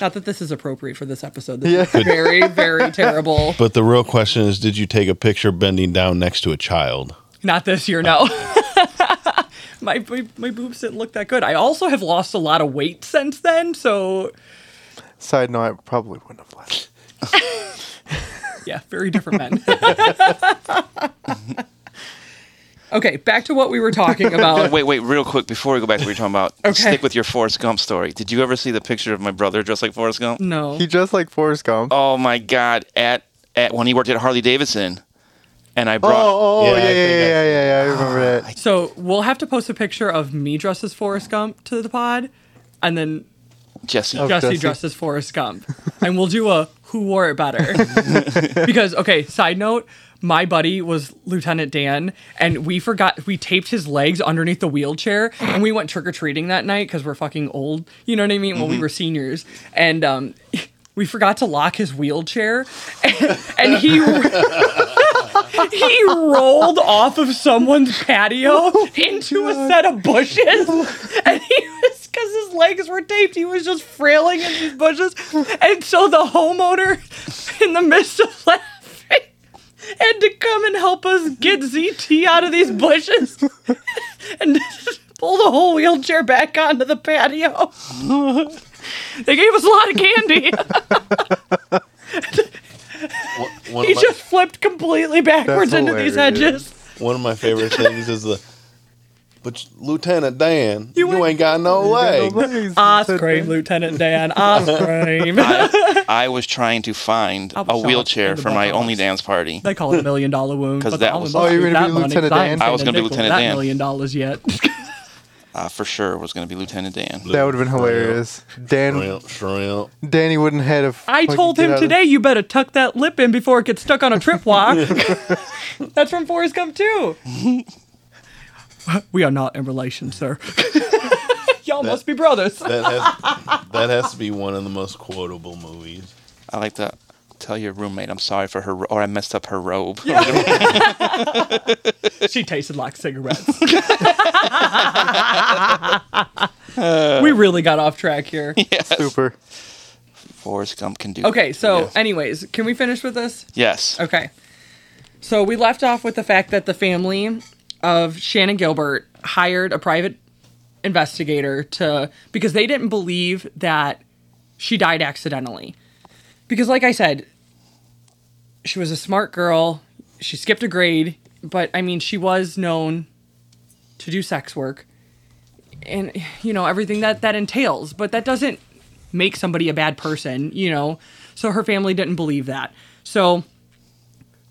Not that this is appropriate for this episode. This is very, very terrible. But the real question is, did you take a picture bending down next to a child? Not this year, no. my, my my boobs didn't look that good. I also have lost a lot of weight since then, so Side note, I probably wouldn't have left. yeah, very different men. okay, back to what we were talking about. Wait, wait, real quick before we go back to what you're talking about. Okay. Stick with your Forrest Gump story. Did you ever see the picture of my brother dressed like Forrest Gump? No. He dressed like Forrest Gump. Oh, Oh my God! At at when he worked at Harley Davidson, and I brought. oh, oh, Yeah, I yeah, yeah, think yeah, I- yeah, yeah, I remember that. So we'll have to post a picture of me dressed as Forrest Gump to the pod, and then Jesse. Oh. Jesse Jesse. dressed as Forrest Gump, and we'll do a who wore it better. because okay, side note, my buddy was Lieutenant Dan, and we forgot we taped his legs underneath the wheelchair, and we went trick or treating that night because we're fucking old. You know what I mean? Well, we were seniors, and um, we forgot to lock his wheelchair, and, and he. He rolled off of someone's patio into a set of bushes, and he was because his legs were taped. He was just frailing in these bushes, and so the homeowner, in the midst of laughing, had to come and help us get ZT out of these bushes, and pull the whole wheelchair back onto the patio. They gave us a lot of candy. One, one, He of just flipped completely backwards into these hilarious. hedges. my, one of my favorite things is the. But Lieutenant Dan, you, ain't- ain't got no leg. Ice cream, Lieutenant Dan. Ice cream. I, I was trying to find I'll be a shot wheelchair in the for my butthouse. only dance party. they call it a million dollar wound. 'Cause but that the was- Alamo Oh, you were Bowl gonna be that money, 'cause Lieutenant ain't Dan? I was seen a gonna be nickel for Lieutenant That Dan. million dollars yet. Uh, for sure was going to be Lieutenant Dan. That would have been hilarious. Dan, Shrimp, shrimp. Danny wouldn't have had a. I fucking told get out him of- today, you better tuck that lip in before it gets stuck on a tripwire. That's from Forrest Gump too. we are not in relation, sir. Y'all must be brothers. That has, that has to be one of the most quotable movies. I like to tell your roommate I'm sorry for her, ro- or I messed up her robe. she tasted like cigarettes. we really got off track here. Super. Forrest Gump can do. Okay, so Yes. anyways, can we finish with this? yes. Okay. So we left off with the fact that the family of Shannon Gilbert hired a private investigator to because they didn't believe that she died accidentally. Because like I said, she was a smart girl, she skipped a grade, but I mean she was known to do sex work and you know everything that that entails, but that doesn't make somebody a bad person, you know. So her family didn't believe that. So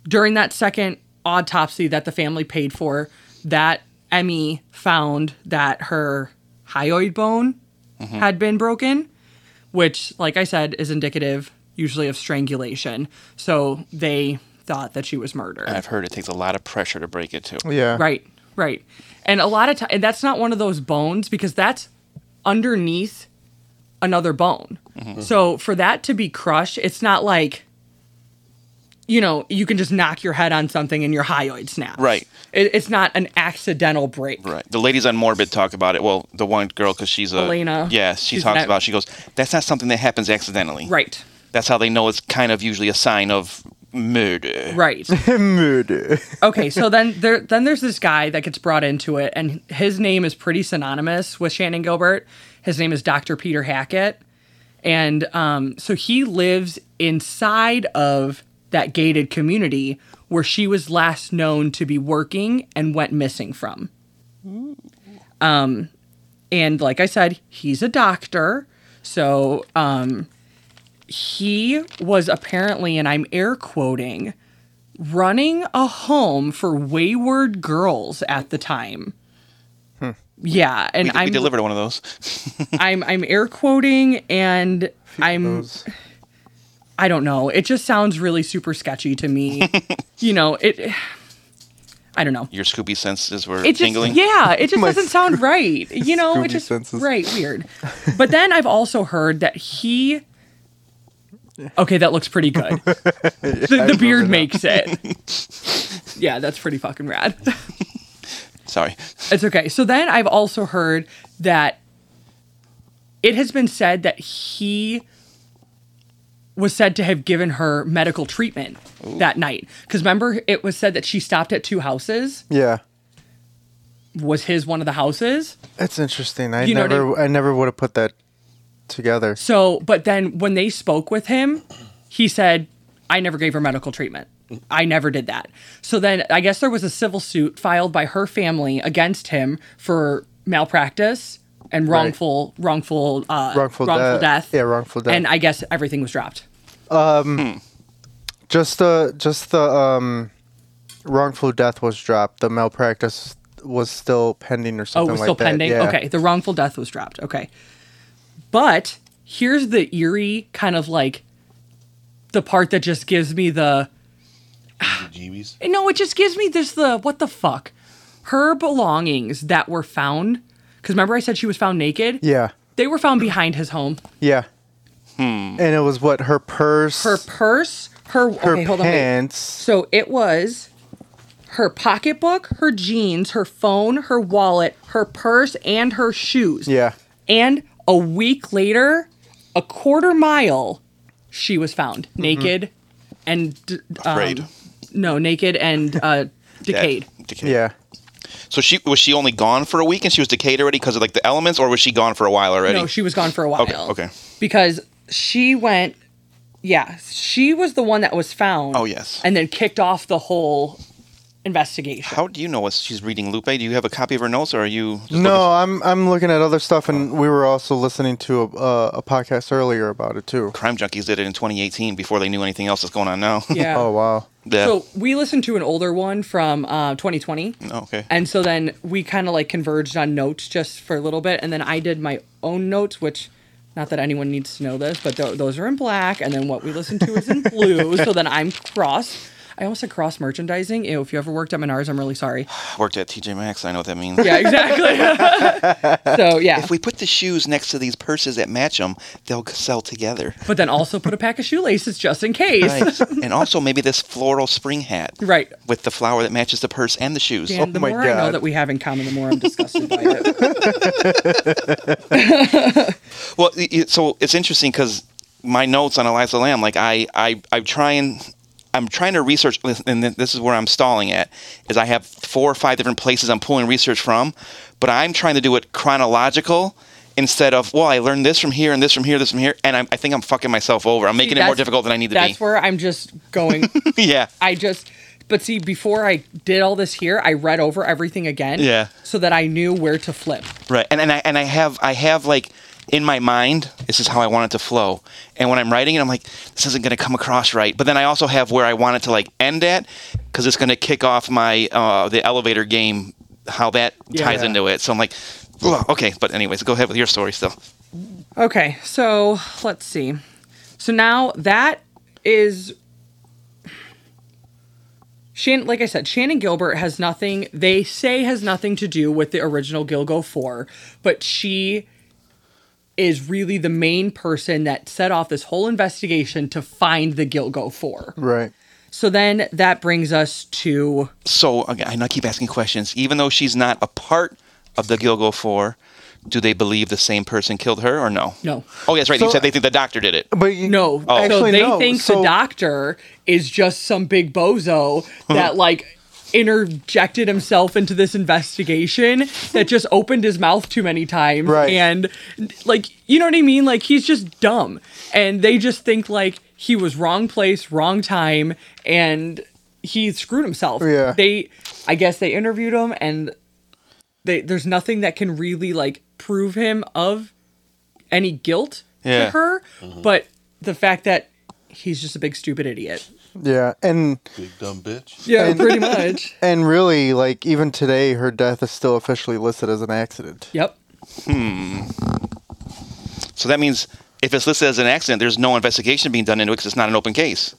during that second autopsy that the family paid for, that Emmy found that her hyoid bone had been broken, which, like I said, is indicative usually of strangulation. So they thought that she was murdered. I've heard it takes a lot of pressure to break it too. Yeah. Right, right. And a lot of times, and that's not one of those bones because that's underneath another bone. Mm-hmm. So for that to be crushed, it's not like, you know, you can just knock your head on something and your hyoid snaps. Right. It, it's not an accidental break. Right. The ladies on Morbid talk about it. Well, the one girl, because she's a. Elena. Yeah, she She's talks an- about She goes, that's not something that happens accidentally. Right. That's how they know it's kind of usually a sign of murder. Right. Murder. okay, so then there then there's this guy that gets brought into it, and his name is pretty synonymous with Shannon Gilbert. His name is Dr. Peter Hackett, and um, so he lives inside of that gated community where she was last known to be working and went missing from. Um, and like I said, he's a doctor, so um, he was apparently, and I'm air quoting running a home for wayward girls at the time. Yeah, and Hmm. We, we I'm delivered one of those. I'm I'm air quoting and I'm Those- I don't know. It just sounds really super sketchy to me. you know, it I don't know. Your Scoopy senses were It just tingling. yeah, it just My doesn't sound right. You know, Scooby it just senses. right weird. But then I've also heard that he. Okay, that looks pretty good. The, the beard makes it. Yeah, that's pretty fucking rad. Sorry. It's okay. So then I've also heard that it has been said that he was said to have given her medical treatment that night. Because remember, it was said that she stopped at two houses. Yeah. Was his one of the houses? That's interesting. I You know what never I never would have put that together. So, but then when they spoke with him, he said, I never gave her medical treatment. I never did that. So then I guess there was a civil suit filed by her family against him for malpractice and wrongful, wrongful, uh, Wrongful, de- death. Yeah, wrongful death. And I guess everything was dropped. Oh, just the just the um wrongful death was dropped. The malpractice was still pending or Oh, something it was like still that. pending. Yeah. Okay, the wrongful death was dropped. Okay, but here's the eerie kind of like the part that just gives me the Jeebies. No, it just gives me this the what the fuck. Her belongings that were found, because remember I said she was found naked. Yeah. They were found behind his home. Yeah. Hmm. And it was what her purse, Her purse, her, her okay, hold on. wait. pants. So it was her pocketbook, her jeans, her phone, her wallet, her purse, and her shoes. Yeah. And a week later, a quarter mile, she was found Mm-hmm. naked and d- um, Afraid. No, naked and uh, Dead. decayed. Decayed. Yeah. So she was she only gone for a week and she was decayed already because of like the elements, or was she gone for a while already? No, she was gone for a while. Okay, okay. Because she went, yeah, she was the one that was found. Oh, yes. And then kicked off the whole investigation. How do you know what she's reading, Lupe? Do you have a copy of her notes, or are you? Just No, I'm I'm looking at other stuff, and we were also listening to a, uh, a podcast earlier about it too. Crime junkies did it in 2018 before they knew anything else that's going on now. Yeah. Oh wow. yeah. So we listened to an older one from uh, 2020. Oh, okay. And so then we kind of like converged on notes just for a little bit. And then I did my own notes, which not that anyone needs to know this, but th- those are in black. And then what we listened to is in blue. so then I'm cross. I almost said cross merchandising. Ew, if you ever worked at Menards, I'm really sorry. Worked at TJ Maxx. I know what that means. Yeah, exactly. so yeah, If we put the shoes next to these purses that match them, they'll sell together. but then also put a pack of shoelaces just in case. Right. and also maybe this floral spring hat. Right. With the flower that matches the purse and the shoes. Dan, the Oh my more I know God. that we have in common, the more I'm disgusted by it. Well, y- y- so it's interesting because my notes on Eliza Lamb, like I, I, I try and I'm trying to research, and th- this is where I'm stalling at, is I have four or five different places I'm pulling research from, but I'm trying to do it chronological instead of well, I learned this from here and this from here, this from here, and I'm, I think I'm fucking myself over. I'm making it more That's- difficult than I need to That's be. where I'm just going. yeah. I just, but see, before I did all this here, I read over everything again. Yeah. So that I knew where to flip. Right. And and I and I have I have like in my mind, this is how I want it to flow. And when I'm writing it, I'm like, this isn't going to come across right. But then I also have where I want it to like end at because it's going to kick off my uh, the elevator game, how that ties Yeah. into it. So I'm like, "Ugh, okay. But anyways, go ahead with your story still. Okay, so let's see. So now that is Shannon, like I said, Shannon Gilbert has nothing, they say has nothing to do with the original Gilgo 4, but she is really the main person that set off this whole investigation to find the Gilgo 4. Right. So then that brings us to So again, I know I keep asking questions, even though she's not a part of the Gilgo Four. Do they believe the same person killed her or no? no. Oh, yes, right. you So- said they think the doctor did it. But you, No. so Oh. Actually, they no. think the So- doctor is just some big bozo that like interjected himself into this investigation that just opened his mouth too many times Right. and like you know what I mean? Like he's just dumb. And they just think like he was wrong place, wrong time, and he screwed himself. Yeah. They I guess they interviewed him and they there's nothing that can really like prove him of any guilt to Yeah. Mm-hmm. her, but the fact that he's just a big stupid idiot. Yeah, and Big dumb bitch. Yeah, pretty much. and really, like even today, her death is still officially listed as an accident. Yep. So that means if it's listed as an accident, there's no investigation being done into it because it's not an open case,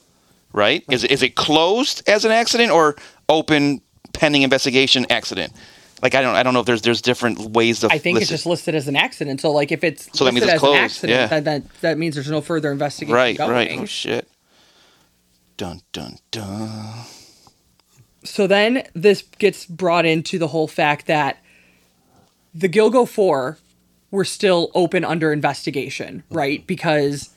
right? Is it, is it closed as an accident or open pending investigation accident. Like I don't I don't know if there's there's different ways of I think it's listing- just listed as an accident. So like if it's So that means listed it's as closed, an accident, yeah. that, that that means there's no further investigation. right going. right oh shit. Dun dun dun. So then this gets brought into the whole fact that the Gilgo Four were still open under investigation, right? Because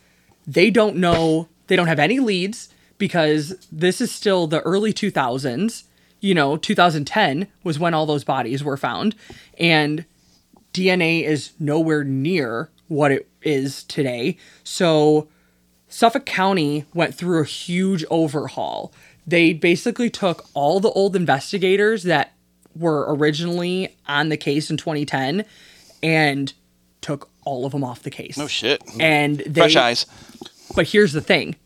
they don't know, they don't have any leads because this is still the early 2000s. You know, 2010 was when all those bodies were found, and DNA is nowhere near what it is today. So Suffolk County went through a huge overhaul. They basically took all the old investigators that were originally on the case in 2010 and took all of them off the case. Oh shit. And they, Fresh eyes. But here's the thing.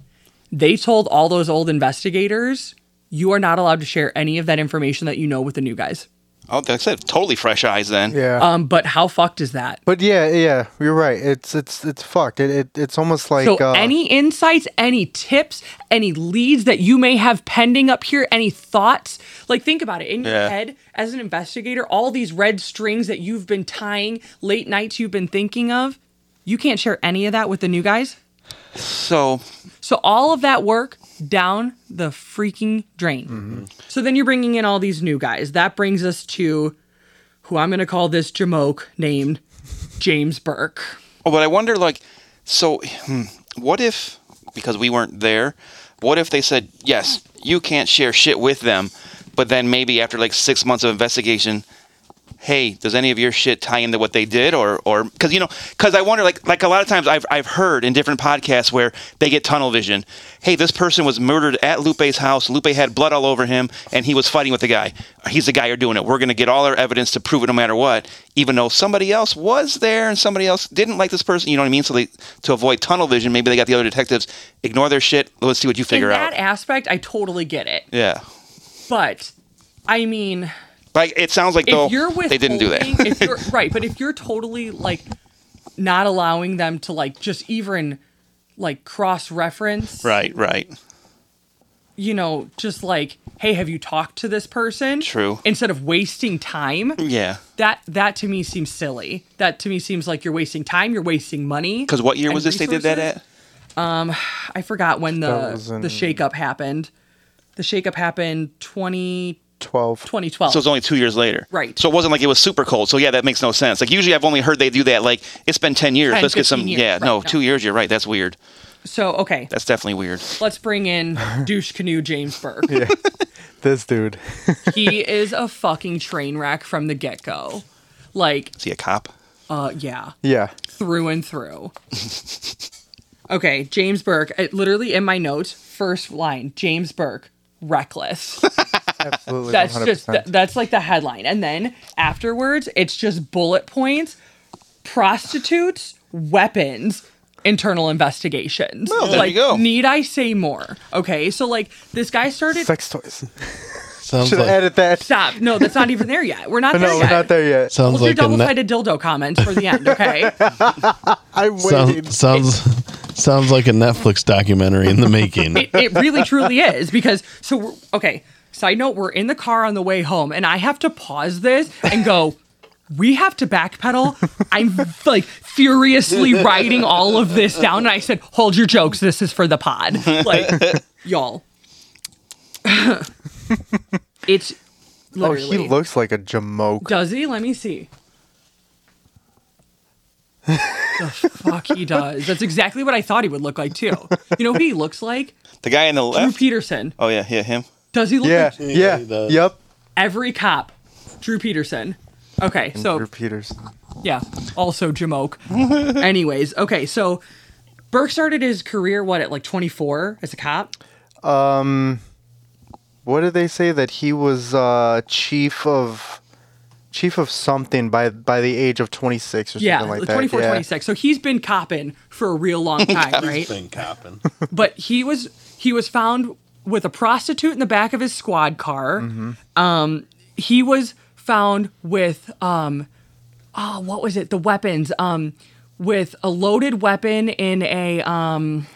They told all those old investigators, you are not allowed to share any of that information that you know with the new guys. Oh, that's it. Totally fresh eyes then. Yeah. Um, but how fucked is that? but yeah, yeah, you're right. It's it's it's fucked. It, it it's almost like So, uh, any insights, any tips, any leads that you may have pending up here, any thoughts? Like, think about it in your Yeah. head as an investigator, all these red strings that you've been tying, late nights you've been thinking of, you can't share any of that with the new guys. So So, all of that work down the freaking drain. So, then you're bringing in all these new guys. That brings us to who I'm going to call this Jamoke named James Burke. Oh, but I wonder, like, so hmm, what if, because we weren't there, what if they said, yes, you can't share shit with them, but then maybe after like six months of investigation, hey, does any of your shit tie into what they did, or, or, because you know, because I wonder, like, like a lot of times I've I've heard in different podcasts where they get tunnel vision. Hey, this person was murdered at Lupe's house. Lupe had blood all over him, and he was fighting with the guy. He's the guy you're doing it. We're gonna get all our evidence to prove it, no matter what. Even though somebody else was there and somebody else didn't like this person, you know what I mean? So they to avoid tunnel vision, maybe they got the other detectives ignore their shit. Let's see what you figure In that out. aspect, I totally get it. yeah, But I mean, like it sounds like if though you're with they didn't do that. if you're, right, but if you're totally like not allowing them to like just even like cross reference, right, right. you know, just like, hey, have you talked to this person? True. Instead of wasting time, Yeah. that that to me seems silly. That to me seems like you're wasting time, you're wasting money. Because what year and was this they did that resources. at? I forgot when the was in- the shakeup happened. The shakeup happened 20, twelve. 2012. So it's only two years later. Right. So it wasn't like it was super cold. So yeah, that makes no sense. Like usually I've only heard they do that. Like it's been ten years. 10, Let's get some. 15 years. Yeah. Right, no, no. two years. You're right. That's weird. so okay, That's definitely weird. let's bring in douche canoe James Burke. This dude. he is a fucking train wreck from the get go. Like, Is he a cop? uh, yeah, yeah. through and through. okay, James Burke. It, literally in my notes, first line: James Burke, reckless. Absolutely. That's 100%. just th- that's like the headline, and then afterwards, it's just bullet points: prostitutes, weapons. Internal investigations. Well, there you like, go. Need I say more? Okay, so like this guy started. sex toys. Sounds Should like edit that. Stop. No, that's not even there yet. We're not there No, yet. we're not there yet. We'll sounds do like a ne- double-sided dildo comments for the end, okay? I'm waiting. sound, sounds sounds like a Netflix documentary in the making. it, it really truly is because so we're, okay. Side note: We're in the car on the way home, and I have to pause this and go. We have to backpedal. I'm like furiously writing all of this down, and I said, "Hold your jokes. This is for the pod." Like, y'all, it's oh, literally. he looks like a jamoke. Does he? Let me see. the fuck he does. That's exactly what I thought he would look like too. You know who he looks like? The guy in the Drew left. Peterson. Oh yeah, yeah, him. Does he look Yeah, like yeah, he does. yep. every cop? Drew Peterson. Okay, so Andrew Peters. yeah, also Jamoke. Anyways, okay, so Burke started his career what at like 24 as a cop. What did they say that he was uh, chief of chief of something by by the age of 26 or Yeah, something like that? 24, yeah. 26. So he's been copping for a real long time, right? Thing copping. but he was he was found with a prostitute in the back of his squad car. Mm-hmm. Um, he was found with um, oh, what was it? The weapons. Um, with a loaded weapon in a um.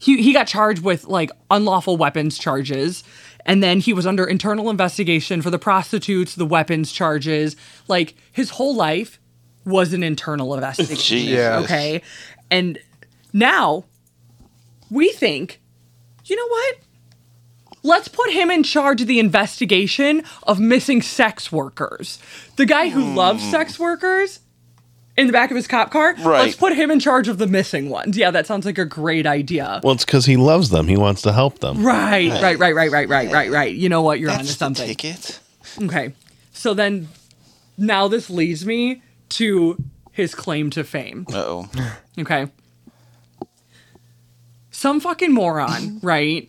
He he got charged with like unlawful weapons charges, And then he was under internal investigation for the prostitutes, the weapons charges. Like his whole life was an internal investigation. Jesus. Yeah. Okay. And now we think, you know what? Let's put him in charge of the investigation of missing sex workers. The guy who Hmm. loves sex workers in the back of his cop car. Let's Right. put him in charge of the missing ones. Yeah, that sounds like a great idea. Well, it's because he loves them. He wants to help them. Right, right, right, right, right, right, right, right. You know what? You're onto That's the something. ticket. Okay. So then now this leads me to his claim to fame. Uh-oh. Okay. Some fucking moron, right?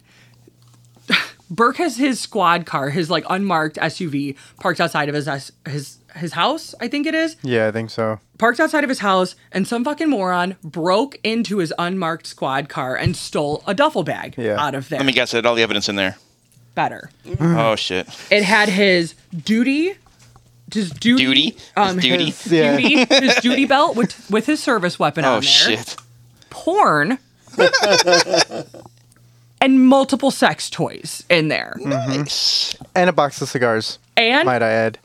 Burke has his squad car, his like unmarked SUV, parked outside of his his his house, I think it is Yeah, I think so. parked outside of his house, and some fucking moron broke into his unmarked squad car and stole a duffel bag Yeah. out of there. Let me guess. It had all the evidence in there. Better. Mm-hmm. Oh shit. It had his duty, his duty, Duty. um, Duty. his Yeah. duty, his duty belt with with his service weapon on Oh there. shit. Porn. and multiple sex toys in there. Hmm. Mm-hmm. Nice. And a box of cigars, And might I add.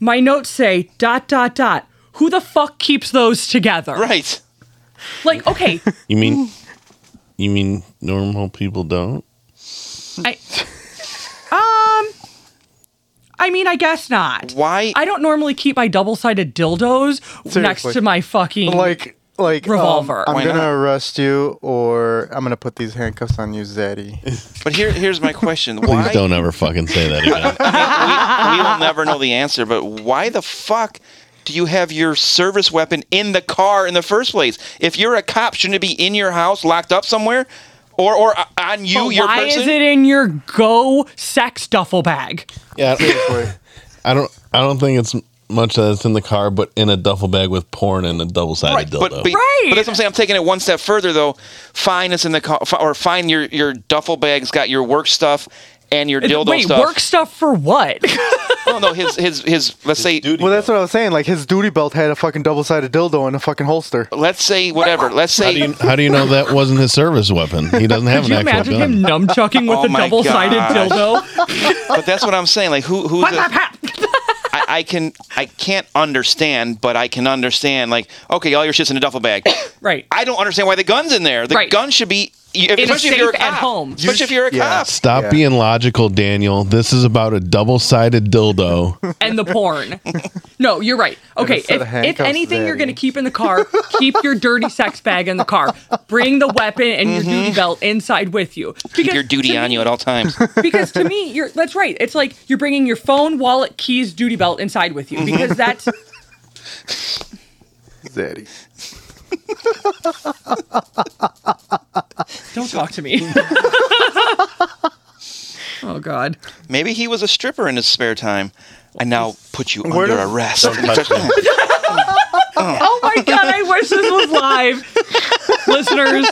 my notes say dot dot dot. Who the fuck keeps those together? Right. Like, okay, You mean, you mean normal people don't? I, um, I mean, I guess not. Why? I don't normally keep my double-sided dildos next Seriously. to my fucking Like, like um, Revolver. I'm Why gonna not? arrest you, or I'm gonna put these handcuffs on you, Zaddy. But here, here's my question. Please Why? don't ever fucking say that again. We will Uh-huh. never know the answer. But why the fuck do you have your service weapon in the car in the first place? If you're a cop, shouldn't it be in your house, locked up somewhere, or or uh, on you, your why person? is it in your go sex duffel bag? yeah, Wait, I don't. I don't think it's much that it's in the car, but in a duffel bag with porn and a double-sided Right, dildo. but, but, Right. but that's what I'm saying. I'm taking it one step further, though. Fine, it's in the car, fi- or fine, your your duffel bag's got your work stuff and your dildo Wait, stuff. work stuff for what? No, no, his his his. Let's say Duty well, belt. that's what I was saying. Like his duty belt had a fucking double-sided dildo in a fucking holster. let's say whatever. Let's How do, say you, how do you know that wasn't his service weapon? He doesn't have Could an you actual imagine gun. him nunchucking with Oh a my double-sided gosh. dildo? But that's what I'm saying. Like who who's a, I, Pap. I can I can't understand, but I can understand. Like okay, all your shit's in a duffel bag. right. I don't understand why the gun's in there. The Right. gun should be you- a especially if you're a safe at cop. home. Especially if you're a Yeah. cop. Stop Yeah. being logical, Daniel. This is about a double-sided dildo. and the porn. No, you're right. Okay, instead if, of if handcuffs, anything you're Daddy. going to keep in the car, keep your dirty sex bag in the car. Bring the weapon and your duty Mm-hmm. belt inside with you. Because Your duty to on me- you at all times. Because to me, you're that's right. It's like you're bringing your phone, wallet, keys, duty belt inside with you Mm-hmm. because that's Zaddy. don't talk to me. oh god. Maybe he was a stripper in his spare time. I now put you Where under does- arrest. touch me. Oh my god, I wish this was live. Listeners,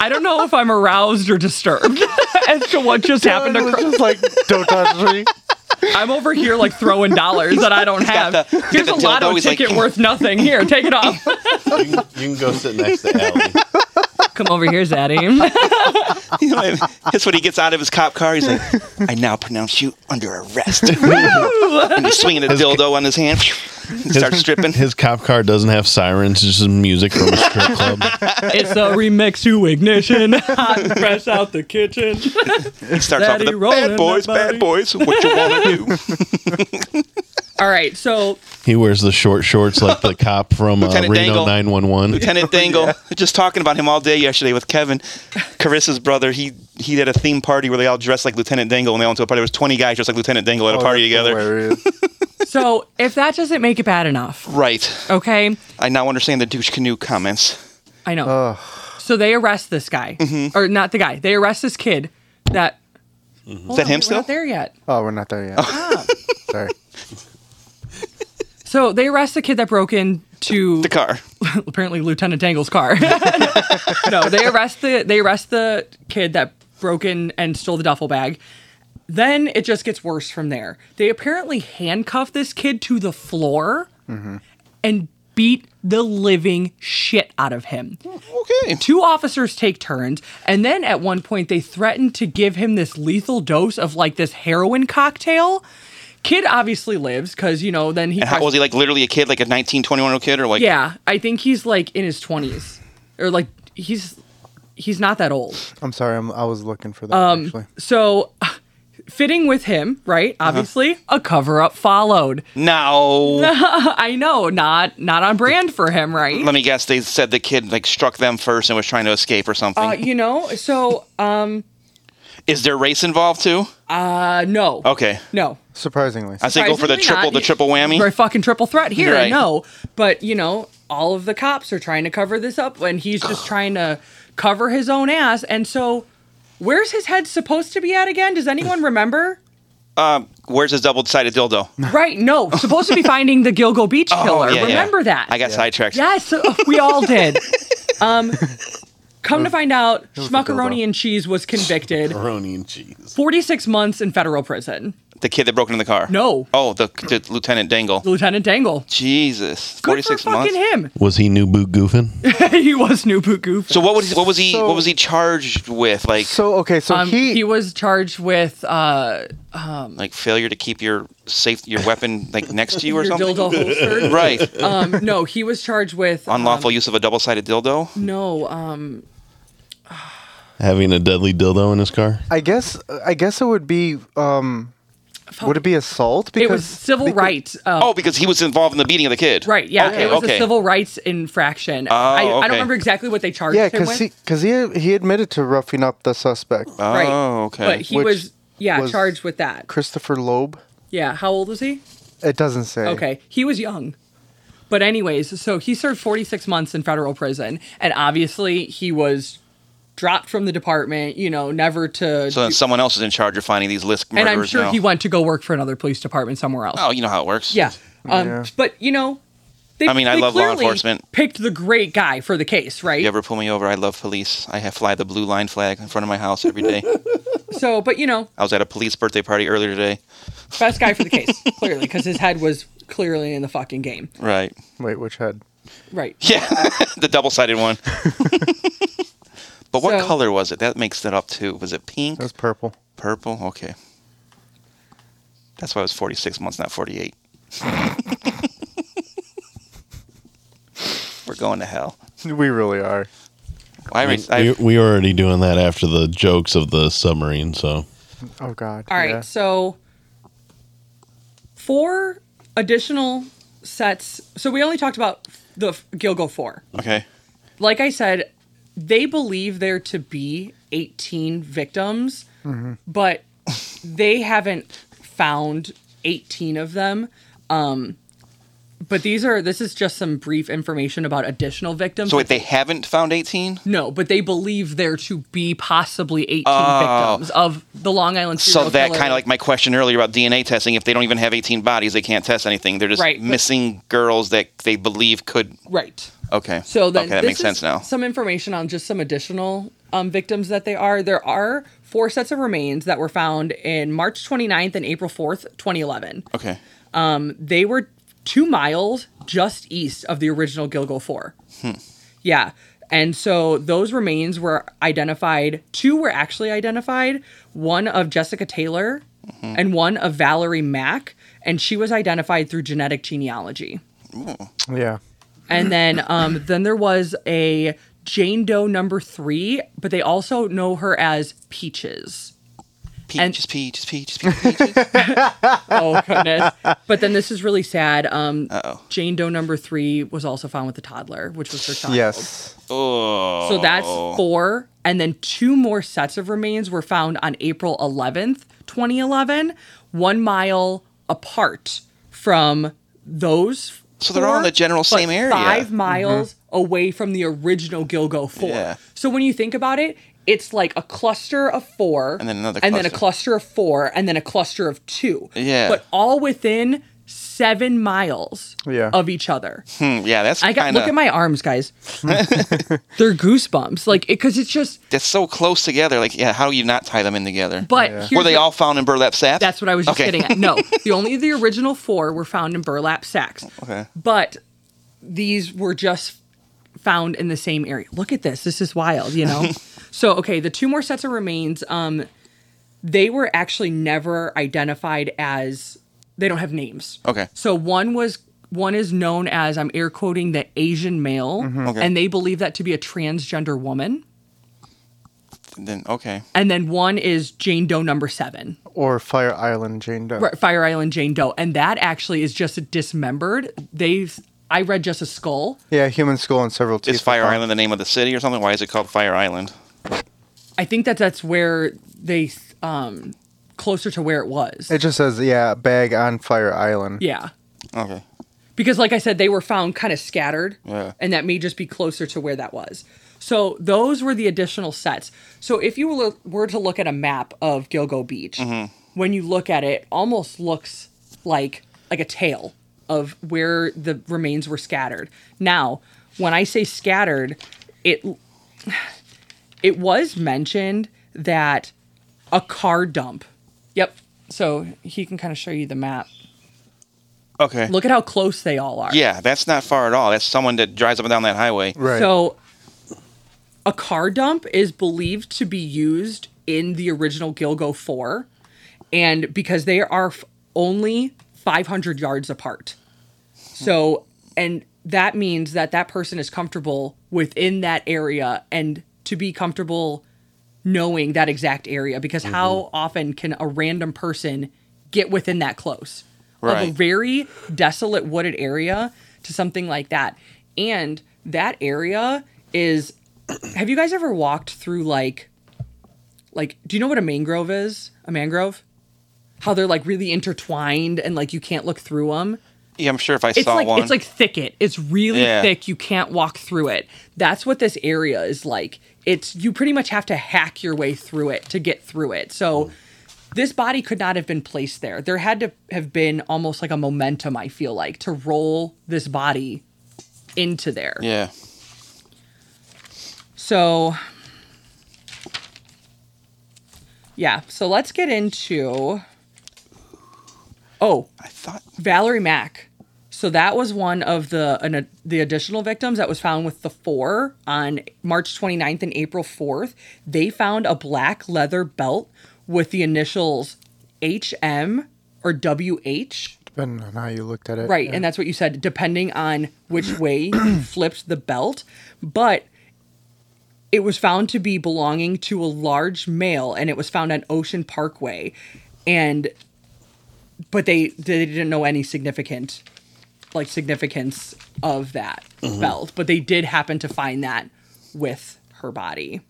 I don't know if I'm aroused or disturbed as to what just happened It across was just like, don't touch me. I'm over here like throwing dollars that I don't have. got the- he's Here's a got the lotto dildo, he's like- ticket worth nothing. Here, take it off. You can, you can go sit next to Allie. Come over here, Zaddy. You know, that's what he gets out of his cop car. He's like, I now pronounce you under arrest. and he's swinging a dildo on his hand. He starts stripping. His cop car doesn't have sirens; it's just music from a strip club. it's a remix to ignition. Hot and fresh out the kitchen. He starts off with Daddy the rolling bad boys, that body." bad boys. What you want to do? All right, so He wears the short shorts like the cop from uh, Lieutenant Reno Dangle. Nine One One. Lieutenant Dangle, just talking about him all day yesterday with Kevin, Carissa's brother. He he had a theme party where they all dressed like Lieutenant Dangle, and they all went to a party. There was twenty guys dressed like Lieutenant Dangle at a Oh, party that's together. hilarious. so if that doesn't make it bad enough, Right. okay? I now understand the douche canoe comments. I know. So they arrest this guy, Mm-hmm. or not the guy. They arrest this kid. That Is that him we're still? not there yet. Oh, we're not there yet. Ah. Sorry. So they arrest the kid that broke into The car. apparently Lieutenant Dangle's car. no, they arrest the they arrest the kid that broke in and stole the duffel bag. Then it just gets Mm-hmm. worse from there. They apparently handcuff this kid to the floor and beat the living shit out of him. Okay. Two officers take turns, and then at one point they threaten to give him this lethal dose of like this heroin cocktail. Kid obviously lives because you know then he And how was he like literally a kid, like a 19, 21 year old kid, or like yeah I think he's like in his twenties or like he's he's not that old. I'm sorry. I'm, I was looking for that Um, actually. So fitting with him, right? Uh-huh. Obviously, a cover up followed. no? I know, not not on brand for him, right? Let me guess. They said the kid like struck them first and was trying to escape or something. Uh, you know, so um Is there race involved too? uh no. Okay. No. Surprisingly, I say go for the Surprisingly triple, not. the triple whammy. Right fucking triple threat here, Right. no. But you know, all of the cops are trying to cover this up and he's just trying to cover his own ass and so where's his head supposed to be at again? Does anyone remember? Where's his double sided dildo? Right, no. Supposed to be finding the Gilgo Beach killer. Oh, yeah, yeah. remember that. I got sidetracked. Yes, uh, we all did. Um, come to find out, was the Schmuckaroni dildo. and Cheese was convicted, Macaroni and cheese. 46 months in federal prison. The kid that broke into the car. No, Oh, the, the Lieutenant Dangle. Lieutenant Dangle. Jesus. Good Forty for six fucking Oh. months. Was he new boot goofing? him. he was new boot goof. So what was he, what was he So- what was he charged with? Like so okay. So Um, he, he was charged with uh, like failure to keep your safe your weapon like next to you or your something? dildo holster. Right. Um, no, he was charged with um, Unlawful use of a double sided dildo. No, um, Having a deadly dildo in his car? I guess, I guess it would be. Um, would it be assault? Because it was civil because- rights. Uh, Oh, because he was involved in the beating of the kid. Right, yeah, Okay, it was okay. Oh, a civil rights infraction. I, I okay. don't remember exactly what they charged Yeah, him because with. he, because he, he admitted to roughing up the suspect, oh, right. okay. But he Which was, yeah, was- charged with that. Christopher Loeb. Yeah, how old was he? It doesn't say. Okay, he was young. But anyways, so he served 46 months in federal prison and obviously he was dropped from the department, you know, never to so then someone else is in charge of finding these list And murderers I'm sure now. he went to go work for another police department somewhere else. Oh, you know how it works. Yeah. Um but you know, they, I mean, I they love law clearly enforcement. Picked the great guy for the case, right? You ever pull me over? I love police. I have fly the blue line flag in front of my house every day. So, but you know, I was at a police birthday party earlier today. best guy for the case, clearly, because his head was clearly in the fucking game. Right. Wait, which head? Right. Yeah, the double sided one. but what So- color was it? That makes that up too. Was it pink? That was purple. Purple? Okay. That's why it was 46 months, not 48. We're going to hell. We really are. I, re- I- we, we were already doing that after the jokes of the submarine, so. Oh God. All right, yeah. so four additional sets. So we only talked about the f- Gilgo four. okay. Like I said, they believe there to be 18 victims, but they haven't found 18 of them. Um, but these are this is just some brief information about additional victims. So wait, they haven't found 18? no, but they believe there to be possibly 18 victims of the Long Island. Oh. So serial that killer. kind of like my question earlier about DNA testing. If they don't even have 18 bodies, they can't test anything. They're just Right, but- missing girls that they believe could. right. Okay. So then okay, that this makes is sense now. Some information on just some additional um, victims that they are. There are four sets of remains that were found in March 29th and April 4th, 2011. Okay. They were two miles just east of the original Gilgo 4. Hmm. Yeah. And so those remains were identified. Two were actually identified one of Jessica Taylor Mm-hmm. and one of Valerie Mack. And she was identified through genetic genealogy. Yeah. And then um then there was a Jane Doe number 3, but they also know her as Peaches. And- Peaches, peaches, peaches, peaches. Oh goodness. but then this is really sad. Um Uh-oh. Jane Doe number 3 was also found with a toddler, which was her child. Yes. oh. So that's 4 and then two more sets of remains were found on April 11th, 2011, 1 mile apart from those So they're all in four, the general but same area. Mm-hmm. Five miles away from the original Gilgo four. Yeah. So when you think about it, it's like a cluster of four, And then another and then a cluster. cluster of four, and then a cluster of two. Yeah. But all within seven miles Yeah. of each other. Hmm, yeah, that's I got kinda, look at my arms, guys. they're goosebumps, like because it's just. That's so close together. Like, yeah, how do you not tie them in together? But here's were they the- all found in burlap sacks? That's what I was just Okay. getting at. No, the only the original four were found in burlap sacks. Okay. But these were just found in the same area. Look at this. This is wild, you know? so, okay, the two more sets of remains, um, they were actually never identified as, they don't have names. Okay. So one was one is known as I'm air quoting the Asian male, Okay. and they believe that to be a transgender woman. Then okay. And then one is Jane Doe number seven, Or Fire Island Jane Doe. Right, Fire Island Jane Doe, and that actually is just dismembered. They I read just a skull. Yeah, human skull and several teeth. Uh, Is Fire were found. Island the name of the city or something? Why is it called Fire Island? I think that that's where they um closer to where it was. It just says, yeah, bag on Fire Island. yeah. Okay. because like i said they were found kind of scattered Yeah. and that may just be closer to where that was so those were the additional sets so if you were- were to look at a map of gilgo beach when you look at it almost looks like like a tail of where the remains were scattered now when i say scattered it it was mentioned that a car dump yep so he can kind of show you the map Okay. look at how close they all are Yeah, that's not far at all. That's someone that drives up and down that highway. Right. So a car dump is believed to be used in the original Gilgo 4 and because they are f- only 500 yards apart. So and that means that that person is comfortable within that area and to be comfortable knowing that exact area because how often can a random person get within that close of a Right. very desolate wooded area to something like that and that area is have you guys ever walked through like like do you know what a mangrove is a mangrove how they're like really intertwined and like you can't look through them Yeah, I'm sure if I it's saw like one. it's like thicket. It's really Yeah. thick. You can't walk through it. That's what this area is like. It's you pretty much have to hack your way through it to get through it. Hmm. So this body could not have been placed there. There had to have been almost like a momentum, I feel like, to roll this body into there. yeah. So Yeah, so let's get into Oh, I thought Valerie Mack. So that was one of the an, uh, the additional victims that was found with the four on March 29th and April 4th. They found a black leather belt with the initials HM or WH. Depending on how you looked at it. Right, and that's what you said, depending on which way you flipped the belt. But it was found to be belonging to a large male, and it was found on Ocean Parkway, and but they they didn't know any significant like significance of that Mm-hmm. belt, but they did happen to find that with her body.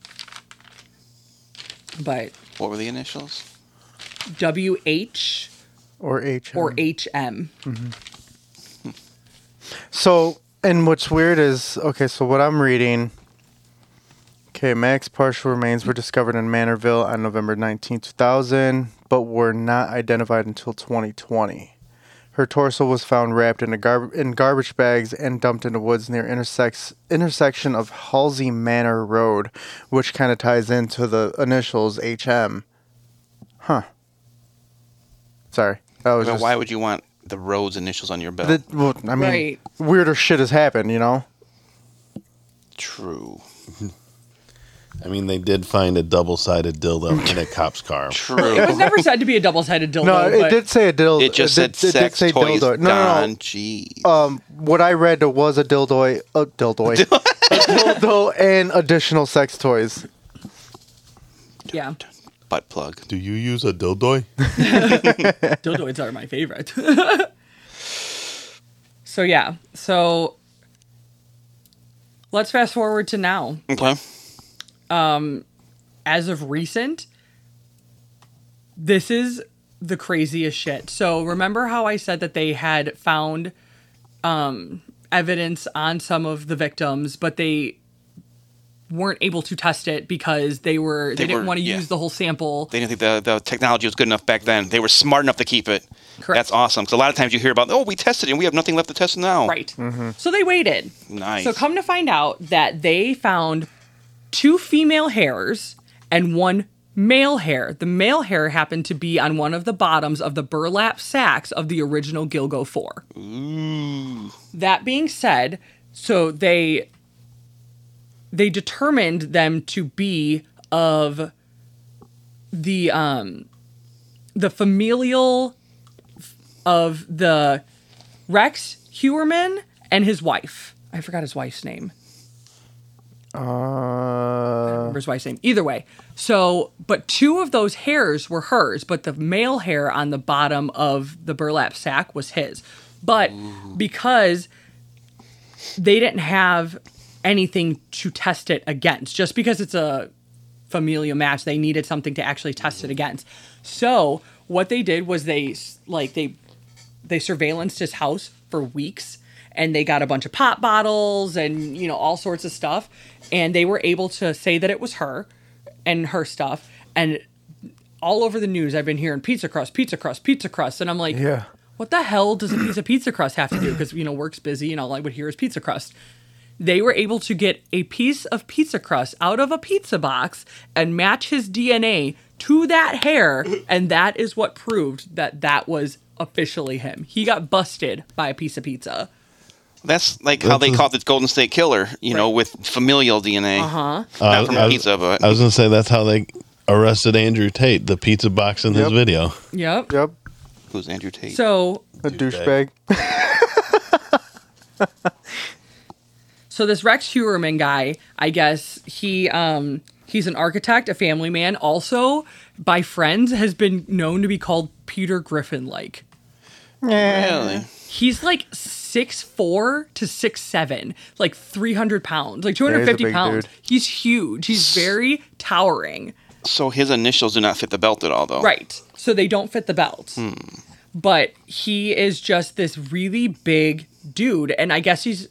But what were the initials? WH Or H. or HM. So, and what's weird is okay, so what I'm reading. Okay, Mac's partial remains were discovered in Manorville on November 19, 2000, but were not identified until 2020. Her torso was found wrapped in, a gar- in garbage bags and dumped in the woods near intersex- intersection of Halsey Manor Road, which kind of ties into the initials HM. Huh. Sorry. That was Well, just, why would you want the road's initials on your belt? that- well, I mean, Right. weirder shit has happened, you know? True. I mean, they did find a double-sided dildo in a cop's car. It was True. never said to be a double-sided dildo. No, it but- did say a dildo. it just did- said sex toys. dildo. No, no, Don, no. jeez. Um, what I read was a dildo, a dildo, a dildo, and additional sex toys. Yeah. Butt plug. Do you use a dildo? Dildoids are my favorite. so yeah. So let's fast forward to now. Okay. As of recent, this is the craziest shit. So remember how I said that they had found um evidence on some of the victims, but they weren't able to test it because they were they, They didn't were- want to yeah. use the whole sample. They didn't think the, the technology was good enough back then. They were smart enough to keep it. Correct. That's awesome. Because a lot of times you hear about, oh, we tested it and we have nothing left to test now. Right. Mm-hmm. So they waited. Nice. So come to find out that they found two female hairs and one male hair. The male hair happened to be on one of the bottoms of the burlap sacks of the original Gilgo 4. That being said, so they they determined them to be of the um the familial of the Rex Hewerman and his wife. I forgot his wife's name. Uh, remember his wife's name. Either way. So, but two of those hairs were hers, but the male hair on the bottom of the burlap sack was his. But because they didn't have anything to test it against, just because it's a familial match, they needed something to actually test it against. So, what they did was they s- like they they surveillanced his house for weeks and they got a bunch of pop bottles and you know all sorts of stuff and they were able to say that it was her and her stuff and all over the news i've been hearing pizza crust pizza crust pizza crust and i'm like yeah. what the hell does a piece of pizza crust have to do because you know work's busy and all i would hear is pizza crust they were able to get a piece of pizza crust out of a pizza box and match his DNA to that hair, and that is what proved that that was officially him. He got busted by a piece of pizza. That's like how Mm-hmm. they caught the Golden State Killer, you know, with familial DNA. Uh-huh. Not from Uh, I was- pizza, but I was gonna say that's how they arrested Andrew Tate, the pizza box in Yep. this video. Yep. Yep. who's Andrew Tate? So A Douchebag. douchebag. so this Rex Huerman guy, I guess he um he's an architect, a family man, also by friends has been known to be called Peter Griffin like. really? He's like six four to six seven, like three hundred pounds, like two he's a hundred fifty big pounds. dude. He's huge. He's very towering. So his initials do not fit the belt at all, though. Right. So they don't fit the belt. Hmm. But he is just this really big dude and I guess he's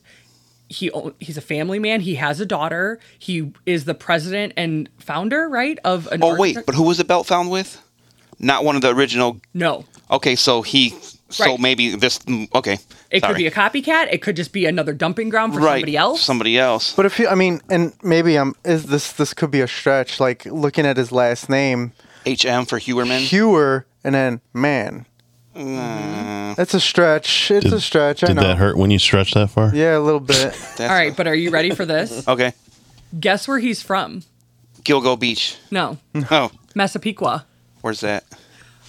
he own- he's a family man. He has a daughter. He is the president and founder, right, of an Oh wait, architect- but who was the belt found with? Not one of the original. no. Okay, so he. So Right. maybe this. mm, Okay. It Sorry. could be a copycat. It could just be another dumping ground for right. somebody else. Somebody else. But if you, I mean, and maybe I'm is this this could be a stretch. Like looking at his last name, HM for Hewerman. Hewer, and then man. Mm. That's a stretch. It's a stretch. I Did know. that hurt when you stretched that far? Yeah, a little bit. That's- All right, but are you ready for this? Okay. Guess where he's from? Gilgo Beach. No, Oh, Massapequa. where's that?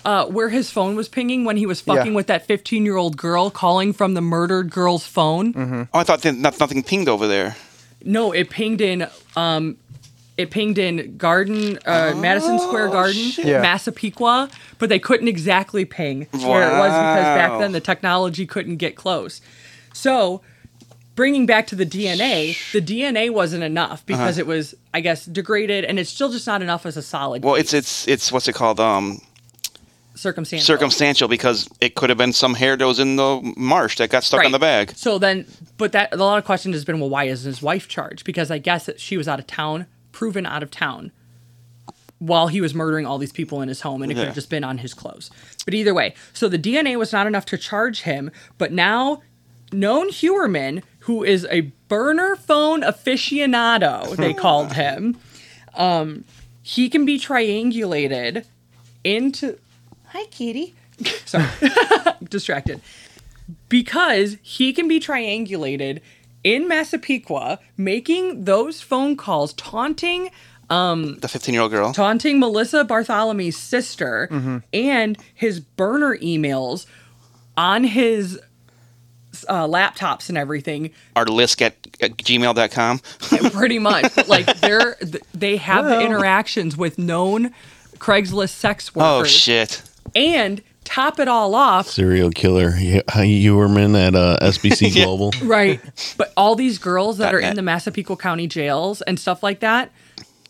Uh, where his phone was pinging when he was fucking Yeah. with that 15 year old girl calling from the murdered girl's phone. Oh, I thought that not, nothing pinged over there. No, it pinged in. Um, it pinged in Garden, uh, Oh, Madison Square Garden, Yeah. Massapequa, but they couldn't exactly ping where it was because back Wow. then the technology couldn't get close. So, bringing back to the DNA, the DNA wasn't enough because it Uh-huh. was, I guess, degraded, and it's still just not enough as a solid. Well, it's it's it's what's it called? Um, circumstantial. circumstantial because it could have been some hair that was in the marsh that got stuck on Right. the bag. So then, but that a lot of questions has been, well, why isn't his wife charged? Because I guess that she was out of town, proven out of town, while he was murdering all these people in his home, and it could Yeah. have just been on his clothes. But either way, so the DNA was not enough to charge him. But now, known Hewerman, who is a burner phone aficionado, they called him, um, he can be triangulated into. Hi, kitty. Sorry, distracted because he can be triangulated in Massapequa, making those phone calls, taunting The fifteen-year-old girl. taunting Melissa Bartholomew's sister, Mm-hmm. and his burner emails on his uh, laptops and everything. Our list at, at gmail.com. Pretty much, But, like they're th- they have the interactions with known Craigslist sex Oh workers, shit. and top it all off, Serial killer He- Hewerman at uh, SBC Global. Right. But all these girls that are in net. the Massapequa County jails and stuff like that,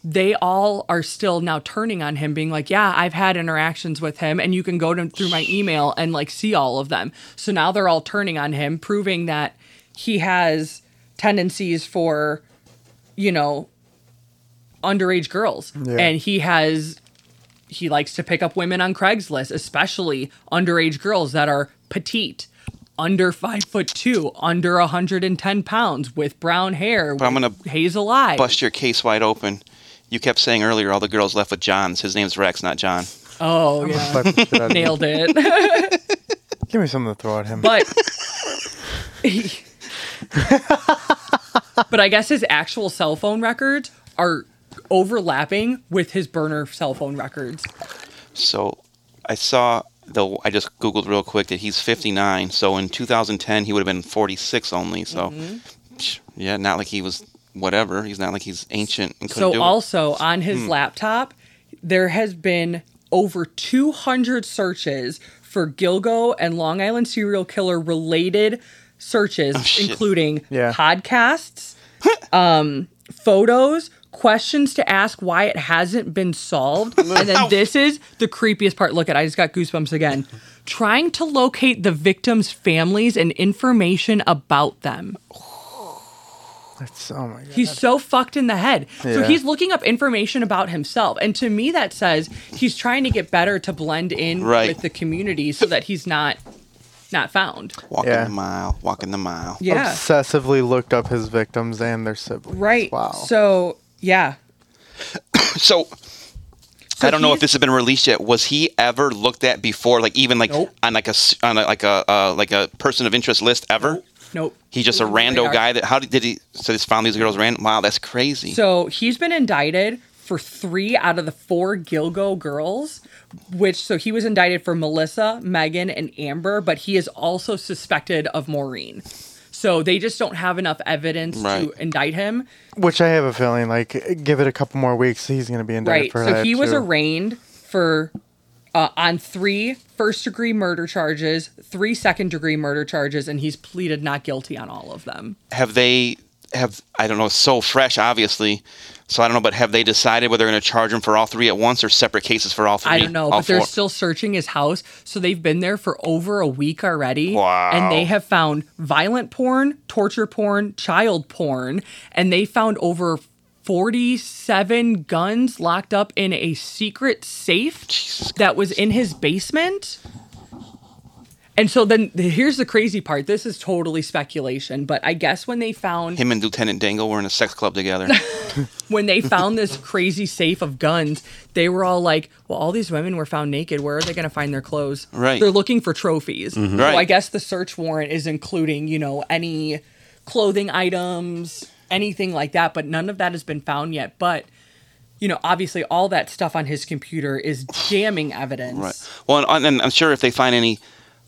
they all are still now turning on him, being like, Yeah, I've had interactions with him, and you can go to, through my email and like see all of them. So now they're all turning on him, proving that he has tendencies for, you know, underage girls. And he has he likes to pick up women on Craigslist, especially underage girls that are petite, under five foot two, under 110 pounds, with brown hair, I'm with gonna hazel eyes. Bust your case wide open. You kept saying earlier all the girls left with John's. His name's Rex, not John. Oh, yeah. Fuck the shit out of him. Nailed it. Give me something to throw at him. but he, but I guess his actual cell phone records are overlapping with his burner cell phone records. So I saw though I just googled real quick that he's 59. So in 2010 he would have been 46 only. So Mm-hmm. psh, yeah, not like he was whatever. He's not like he's ancient and couldn't So do it. Hmm. also on his laptop, there has been over 200 searches for Gilgo and Long Island serial killer related searches, Oh, shit. including Yeah. podcasts, um, photos, questions to ask why it hasn't been solved, and then this is the creepiest part. Look at, I just got goosebumps again. Trying to locate the victims' families and information about them. That's oh my god. He's so fucked in the head. So Yeah. he's looking up information about himself. And to me, that says he's trying to get better to blend in Right. with the community so that he's not not found. Walking Yeah. the mile, walking the mile. Yeah. Obsessively looked up his victims and their siblings. Right. Wow. So yeah. So, I don't know if he's- this has been released yet. Was he ever looked at before, like even like Nope. on like a s- on a, like a uh, like a person of interest list ever? Nope. He's just a He was on the rando radar. guy. That how did, did he? So just found these girls random. Wow, that's crazy. So he's been indicted for three out of the four Gilgo girls, which so he was indicted for Melissa, Megan, and Amber, but he is also suspected of Maureen. So they just don't have enough evidence Right. to indict him. Which I have a feeling, like, give it a couple more weeks, he's gonna be indicted right for so that, he was too. arraigned for uh, on three first degree murder charges three second degree murder charges and he's pleaded not guilty on all of them have they have I don't know, it's so fresh obviously. So I don't know, but have they decided whether they're going to charge him for all three at once or separate cases for all three? i don't know all but they're four? still searching his house so they've been there for over a week already Wow. and they have found violent porn torture porn child porn and they found over 47 guns locked up in a secret safe that was in his basement. And so then the- here's the crazy part. This is totally speculation, but I guess when they found him and Lieutenant Dangle were in a sex club together. when they found this crazy safe of guns, they were all like, "Well, all these women were found naked. Where are they going to find their clothes?" Right. Mm-hmm. They're looking for trophies. Right. So I guess the search warrant is including, you know, any clothing items, anything like that, but none of that has been found yet, but you know, obviously all that stuff on his computer is damning evidence. Right. Well, and, and I'm sure if they find any,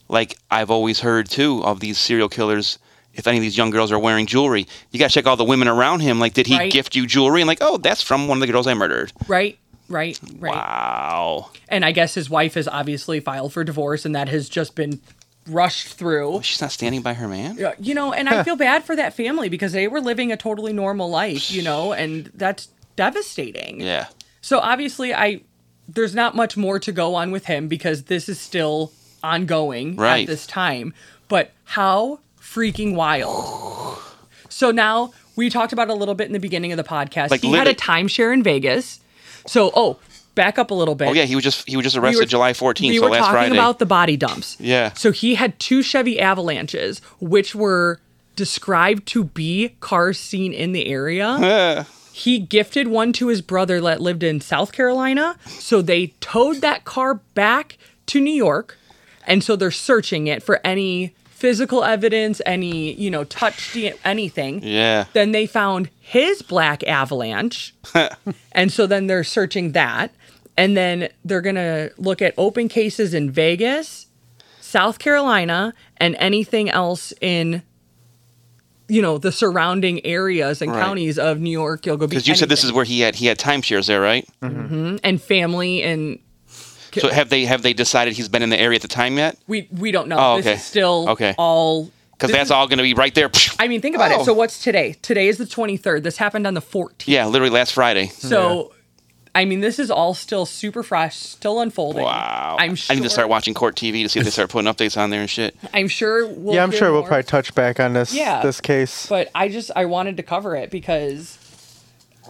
like I've always heard too of these serial killers, if any of these young girls are wearing jewelry, you got to check all the women around him. Like, did he Right. gift you jewelry? And like, oh, that's from one of the girls I murdered. Right, right, right. Wow. And I guess his wife has obviously filed for divorce, and that has just been rushed through. She's not standing by her man. Yeah, You know, and I feel bad for that family because they were living a totally normal life, you know, and that's devastating. Yeah. So obviously, I there's not much more to go on with him because this is still ongoing Right. at this time. But how freaking wild! So now we talked about a little bit in the beginning of the podcast. Like he had a lit- timeshare in Vegas. So oh, back up a little bit. Oh yeah, he was just he was just arrested were- July 14th, we so were last talking Friday. about the body dumps. Yeah. So he had two Chevy Avalanches, which were described to be cars seen in the area. he gifted one to his brother that lived in South Carolina. So they towed that car back to New York. And so they're searching it for any physical evidence, any, you know, touch, D- anything. yeah. Then they found his black avalanche. and so then they're searching that. And then they're going to look at open cases in Vegas, South Carolina, and anything else in, you know, the surrounding areas and Right. counties of New York, You'll go Because you said this is where he had he had timeshares there, right? And family and. So have they have they decided he's been in the area at the time yet? We, we don't know. Oh, okay. This is still Okay. all. Because this that's is- all going to be right there. I mean, think about Oh. it. So what's today? Today is the 23rd. This happened on the 14th. yeah, literally last Friday. So, I mean, this is all still super fresh, still unfolding. Wow. I'm sure. I need to start watching court TV to see if they start putting updates on there and shit. I'm sure. We'll yeah, I'm hear sure we'll more, probably touch back on this Yeah. this case. But I just I wanted to cover it because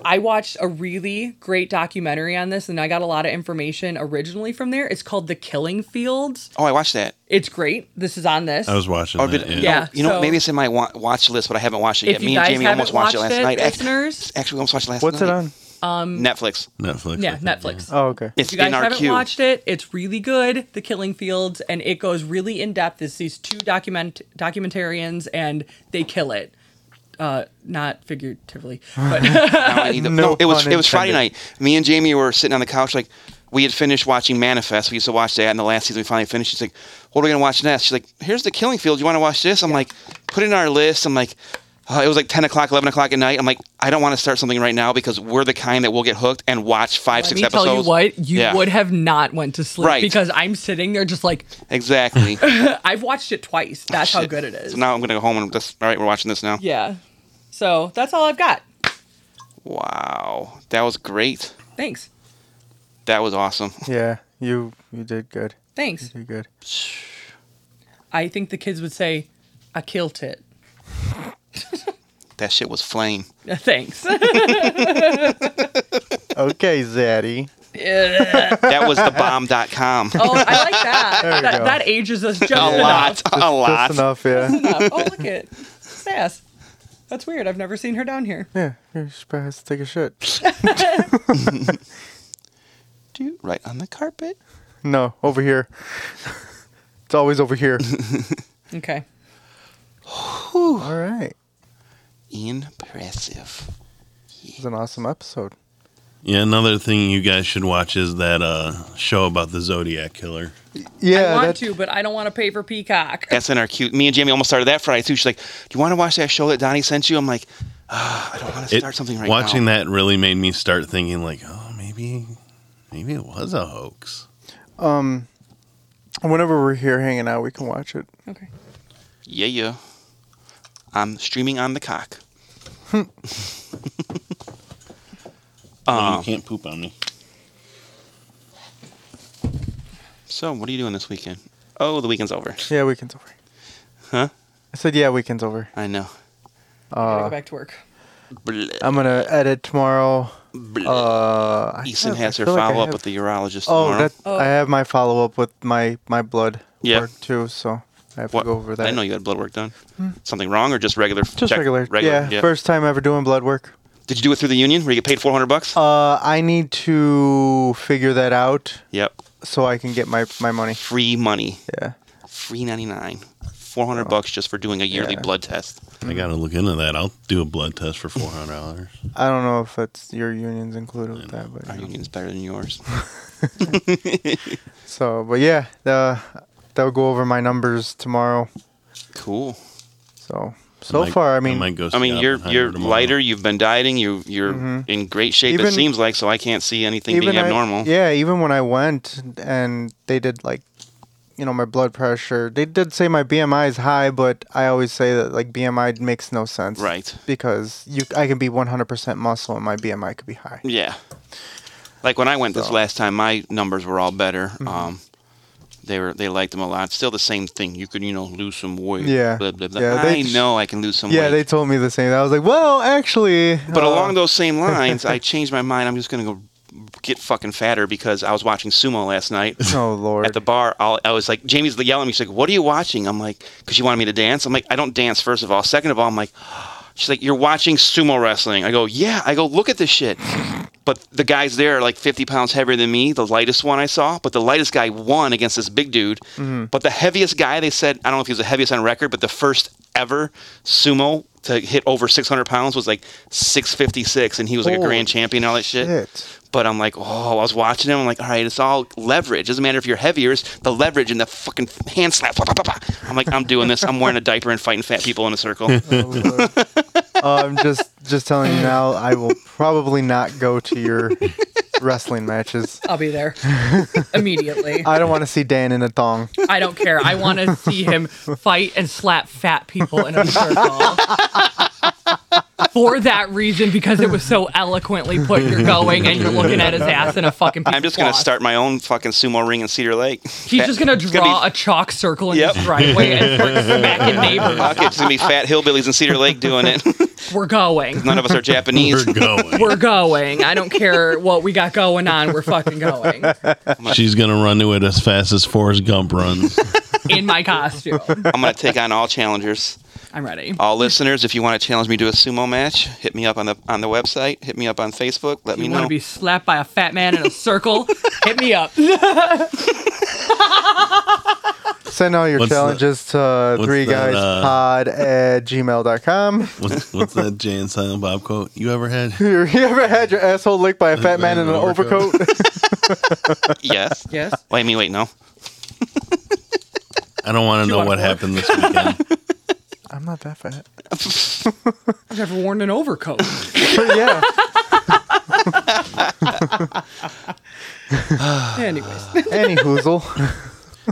I watched a really great documentary on this, and I got a lot of information originally from there. It's called The Killing Fields. Oh, I watched that. It's great. This is on this. I was watching Oh, that. did- Yeah. You know, so- maybe it's in my wa- watch list, but I haven't watched it If yet. you Me and guys Jamie almost haven't watched it watched last it, night. Act- listeners- Actually, we almost watched it last What's night. it on? Netflix. Netflix. I yeah, think. Netflix. Oh, okay. It's If you guys in our haven't queue. watched it, it's really good, The Killing Fields, and it goes really in depth. It's these two document documentarians and they kill it. uh, not figuratively. Now I need to- No no, it was pun it was Friday intended. night. Me and Jamie were sitting on the couch like we had finished watching Manifest. We used to watch that, and the last season we finally finished. She's like, "What are we gonna watch next?" She's like, "Here's the Killing Field. You want to watch this?" I'm like, "Put it in our list." I'm like, uh, "It was like 10 o'clock, 11 o'clock at night." I'm like, "I don't want to start something right now because we're the kind that will get hooked and watch five, Let six me episodes." tell you what, you Yeah. would have not went to sleep Right. because I'm sitting there just like exactly. I've watched it twice. That's how good it is. So now I'm gonna go home and just all right. We're watching this now. yeah. So that's all I've got. Wow, that was great. Thanks. That was awesome. Yeah, you you did good. Thanks. You did good. I think the kids would say, I killed it. That shit was flame. Thanks. Oh. Okay, Zaddy. That was the bomb.com. Oh, I like that. There you that, go. that ages us just a lot, a lot. That's enough. Yeah. enough. Oh, look it. Sass. That's weird. I've never seen her down here. Yeah. You should probably have to take a shit. Do right on the carpet. No, over here. It's always over here. Okay. All right. Impressive. It was an awesome episode. Yeah, another thing you guys should watch is that uh, show about the Zodiac killer. Yeah. I want that- to, but I don't want to pay for Peacock. That's in our cute. Me and Jamie almost started that Friday too. She's like, "Do you want to watch that show that Donnie sent you?" I'm like, ah, "I don't want to It- start something right watching now." that really made me start thinking like, oh, maybe, maybe it was a hoax. Whenever we're here hanging out, we can watch it. Okay. That. Yeah, yeah. I'm streaming on the cock. Oh, um, you can't poop on me. so, what are you doing this weekend? Oh, the weekend's over. Yeah, weekend's over. Huh? I said, yeah, weekend's over. I know. Gotta go back to work. Bleh, I'm gonna edit tomorrow. bleh. Uh, I Eason have- has I her feel like I follow up have- with the urologist Oh, tomorrow. that I have my follow up with my my blood Yeah. work too, so I have What- to go over I that. Hmm. didn't know you had blood work done. Something wrong or just regular? Just check- regular. yeah, first time ever doing blood work. Did you do it through the union where you get paid 400 bucks? Uh, I need to figure that out yep. so I can get my my money. Free money. Yeah, Free 99. 400 bucks just for doing a yearly Yeah. blood test. I gotta look into that. I'll do a blood test for four hundred dollars. I don't know if that's your union's included with that, but Our union's better than yours. so but yeah, uh, they'll go over my numbers tomorrow. cool. So so far, I mean, might go I mean, see you're Oppenheimer you're tomorrow. lighter. You've been dieting. You you're in great shape. it Mm-hmm. Even- seems like so. I can't see anything being I- abnormal. yeah, even when I went and they did like, you know, my blood pressure. They did say my BMI is high, but I always say that like BMI makes no sense. Right. Because you, I can be 100% muscle and my BMI could be high. Yeah. Like when I went this So- Mm-hmm. last time, my numbers were all better. Um, they were they liked them a lot. Still the same thing. You could you know lose some weight. Yeah. Blah, blah, blah. Yeah, they- I know I can lose some Yeah, weight. they told me the same. I was like, well, actually. But uh, along those same lines, I changed my mind. I'm just gonna go get fucking fatter because I was watching sumo last night. Oh lord. At the bar, I'll, I was like, Jamie's yelling at me. She's like, "What are you watching?" I'm like, "Cause you wanted me to dance." I'm like, "I don't dance." First of all, second of all, I'm like, "She's like, you're watching sumo wrestling." I go, "Yeah." I go, "Look at this shit." But the guys there are like 50 pounds heavier than me. The lightest one I saw, but the lightest guy won against this big dude. Mm-hmm. But the heaviest guy, they said, I don't know if he was the heaviest on record, but the first ever sumo to hit over 600 pounds was like 656, and he was like a Holy grand champion and all that shit. shit. But I'm like, oh, I was watching him. I'm like, all right, it's all leverage. Doesn't matter if you're heavier, it's the leverage and the fucking hand slap. Blah, blah, blah, blah. I'm like, I'm doing this. I'm wearing a diaper and fighting fat people in a circle. Oh, Lord. Uh, I'm just just telling you now. I will probably not go to your wrestling matches. I'll be there immediately. I don't want to see Dan in a thong. I don't care. I want to see him fight and slap fat people in a circle. For that reason, because it was so eloquently put, you're going and you're looking at his ass in a fucking. Piece I'm just of gonna cloth. start my own fucking sumo ring in Cedar Lake. He's just gonna gonna draw be- a chalk circle in Yep. his driveway and start smacking neighbors. Fuck it, it's gonna be fat hillbillies in Cedar Lake doing it. We're going. None of us are Japanese. We're going. We're going. I don't care what we got going on. We're fucking going She's gonna run to it as fast as Forrest Gump runs. in my costume. I'm gonna take on all challengers. I'm ready. All listeners, if you want to challenge me to a sumo match, hit me up on the on the website. Hit me up on Facebook. Let me You want know. to be slapped by a fat man in a circle? Hit me up. Send all your What's the- challenges to what's three that, guys uh, pod at gmail.com. What's, what's that Jay and Silent Bob quote? You ever had? you ever had your asshole licked by a fat man in an overcoat? Yes. Yes. Wait, I mean, wait, no. I don't want to know what happened this weekend. I'm not that fat. I've never worn an overcoat. But yeah. Anyways, Any hoozle.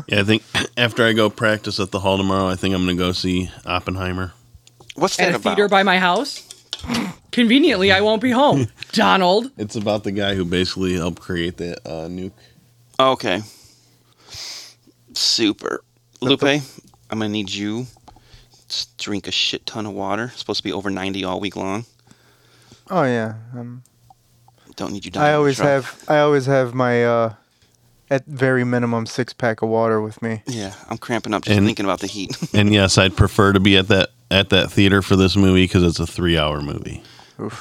Yeah, I think after I go practice at the hall tomorrow, I think I'm going to go see Oppenheimer. What's at that a about? theater by my house. Conveniently, I won't be home. Donald. It's about the guy who basically helped create that uh, nuke. okay. Super. Lupe, I'm gonna need you to drink a shit ton of water. It's supposed to be over 90 all week long. Oh yeah. Um, Don't need you. dying I in the always truck. have I always have my uh at very minimum six pack of water with me. Yeah, I'm cramping up just And- thinking about the heat. And yes, I'd prefer to be at that at that theater for this movie because it's a three-hour movie.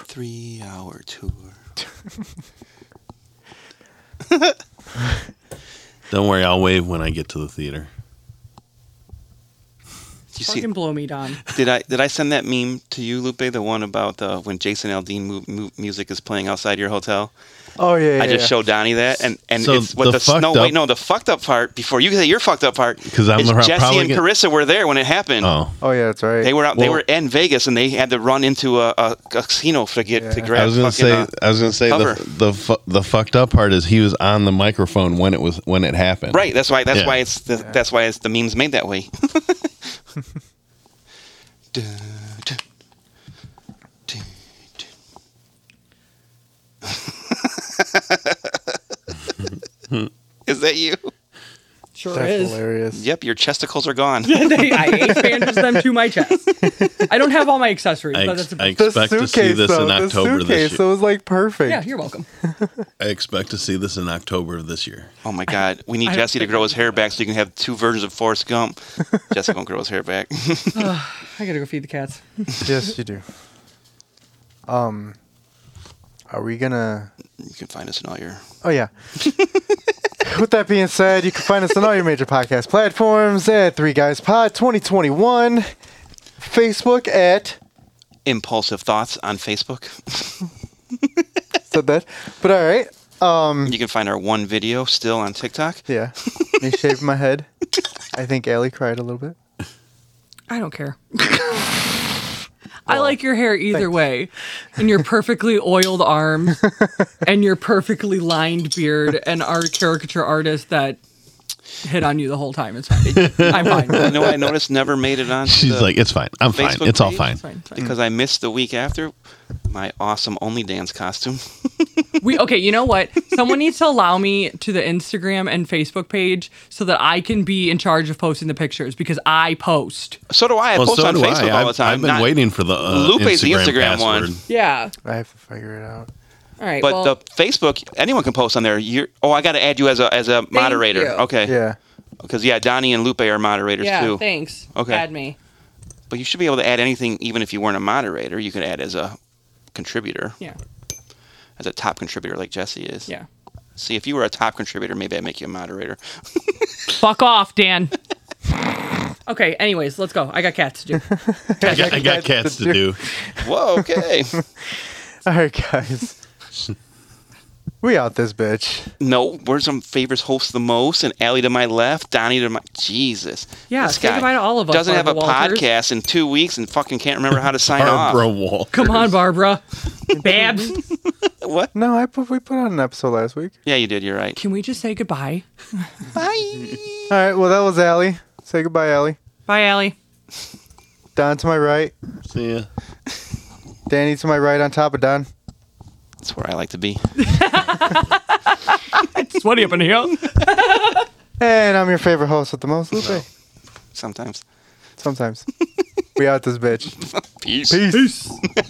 Three hour tour. Don't worry, I'll wave when I get to the theater. Did you see? Fucking blow me, Don. Did I did I send that meme to you, Lupe? The one about uh, when Jason Aldean mu- mu- music is playing outside your hotel. Oh yeah. yeah I just yeah. showed Donnie that, and and So it's what the the, s- no fucked wait up- no the fucked up part before you say your fucked up part 'Cause I'm is ra- Jesse probably and gonna- Carissa were there when it happened. Oh, Oh yeah, that's right. They were out. they Well- were in Vegas, and they had to run into a, a casino to get to Yeah. grab. I was gonna fucking, say, uh, I was gonna say cover. the the fu- the fucked up part is he was on the microphone when it was when it happened. right. That's why. That's Yeah. why it's the, that's why it's the memes made that way. Duh, duh, duh, duh. Is that you? Sure that's is. hilarious. Yep, your chesticles are gone. They- I expanded them to my chest. I don't have all my accessories, I, ex- but that's a, I The expect to suitcase see this though, in October the this suitcase, year. so it was like perfect. yeah. You're welcome. I expect to see this in October of this year. Oh my God! We I need don't Jesse to think grow I his hair back so you can have two versions of Forrest Gump. Jesse gonna grow his hair back. I gotta go feed the cats. yes, you do. Um, are we gonna? you can find us in all your Oh yeah. With that being said, you can find us on all your major podcast platforms at Three Guys Pod 2021, Facebook at impulsive thoughts on Facebook. said that, but all right, Mm-hmm. You can find our one video still on TikTok. yeah. Me shaving my head. I think Allie cried a little bit. I don't care. I like your hair either way, and your perfectly oiled arms, and your perfectly lined beard, and our caricature artist that hit on you the whole time. It's fine. I'm fine. You know, what I noticed never made it on. She's like, mm. it's fine. I'm fine. Facebook It's all page? fine. It's fine. It's fine. because I missed the week after my awesome only dance costume. We okay, you know what? Someone needs to allow me to the Instagram and Facebook page so that I can be in charge of posting the pictures because I post. So do I. I Well, post so on do I. Facebook all the I've- time. I've been not- waiting for the uh, Lupe's the Instagram, Instagram one. password. Yeah. I have to figure it out. All right. But well, the Facebook, anyone can post on there. You're, oh, I got to add you as a as a moderator. you. Okay. Yeah. Because yeah, Donnie and Lupe are moderators yeah. too. Thanks. Okay. Add me. But you should be able to add anything, even if you weren't a moderator. You could add as a contributor, Yeah. as a top contributor like Jesse is. Yeah. See, if you were a top contributor, maybe I'd make you a moderator. Fuck off, Dan. Okay. Anyways, let's go. I got cats to do. I got, I got cats to do. Whoa, okay. All right, guys. we out this bitch. no, we're some favors hosts the most, and Allie to my left, Donnie to my Jesus. Yeah, this say guy goodbye to all of us, Doesn't have a Barbara Walters. podcast in two weeks, and fucking can't remember how to sign Barbara off. Walters. Come on, Barbara. Babs. What? No, I put we put on an episode last week. Yeah, you did. You're right. Can we just say goodbye? Bye. All right. Well, that was Allie. Say goodbye, Allie. Bye, Allie. Don to my right. See ya. Danny to my right on top of Don. That's where I like to be. Sweaty up in here. And I'm your favorite host with the most, Lupe. Sometimes. Sometimes. we out this bitch. Peace. Peace.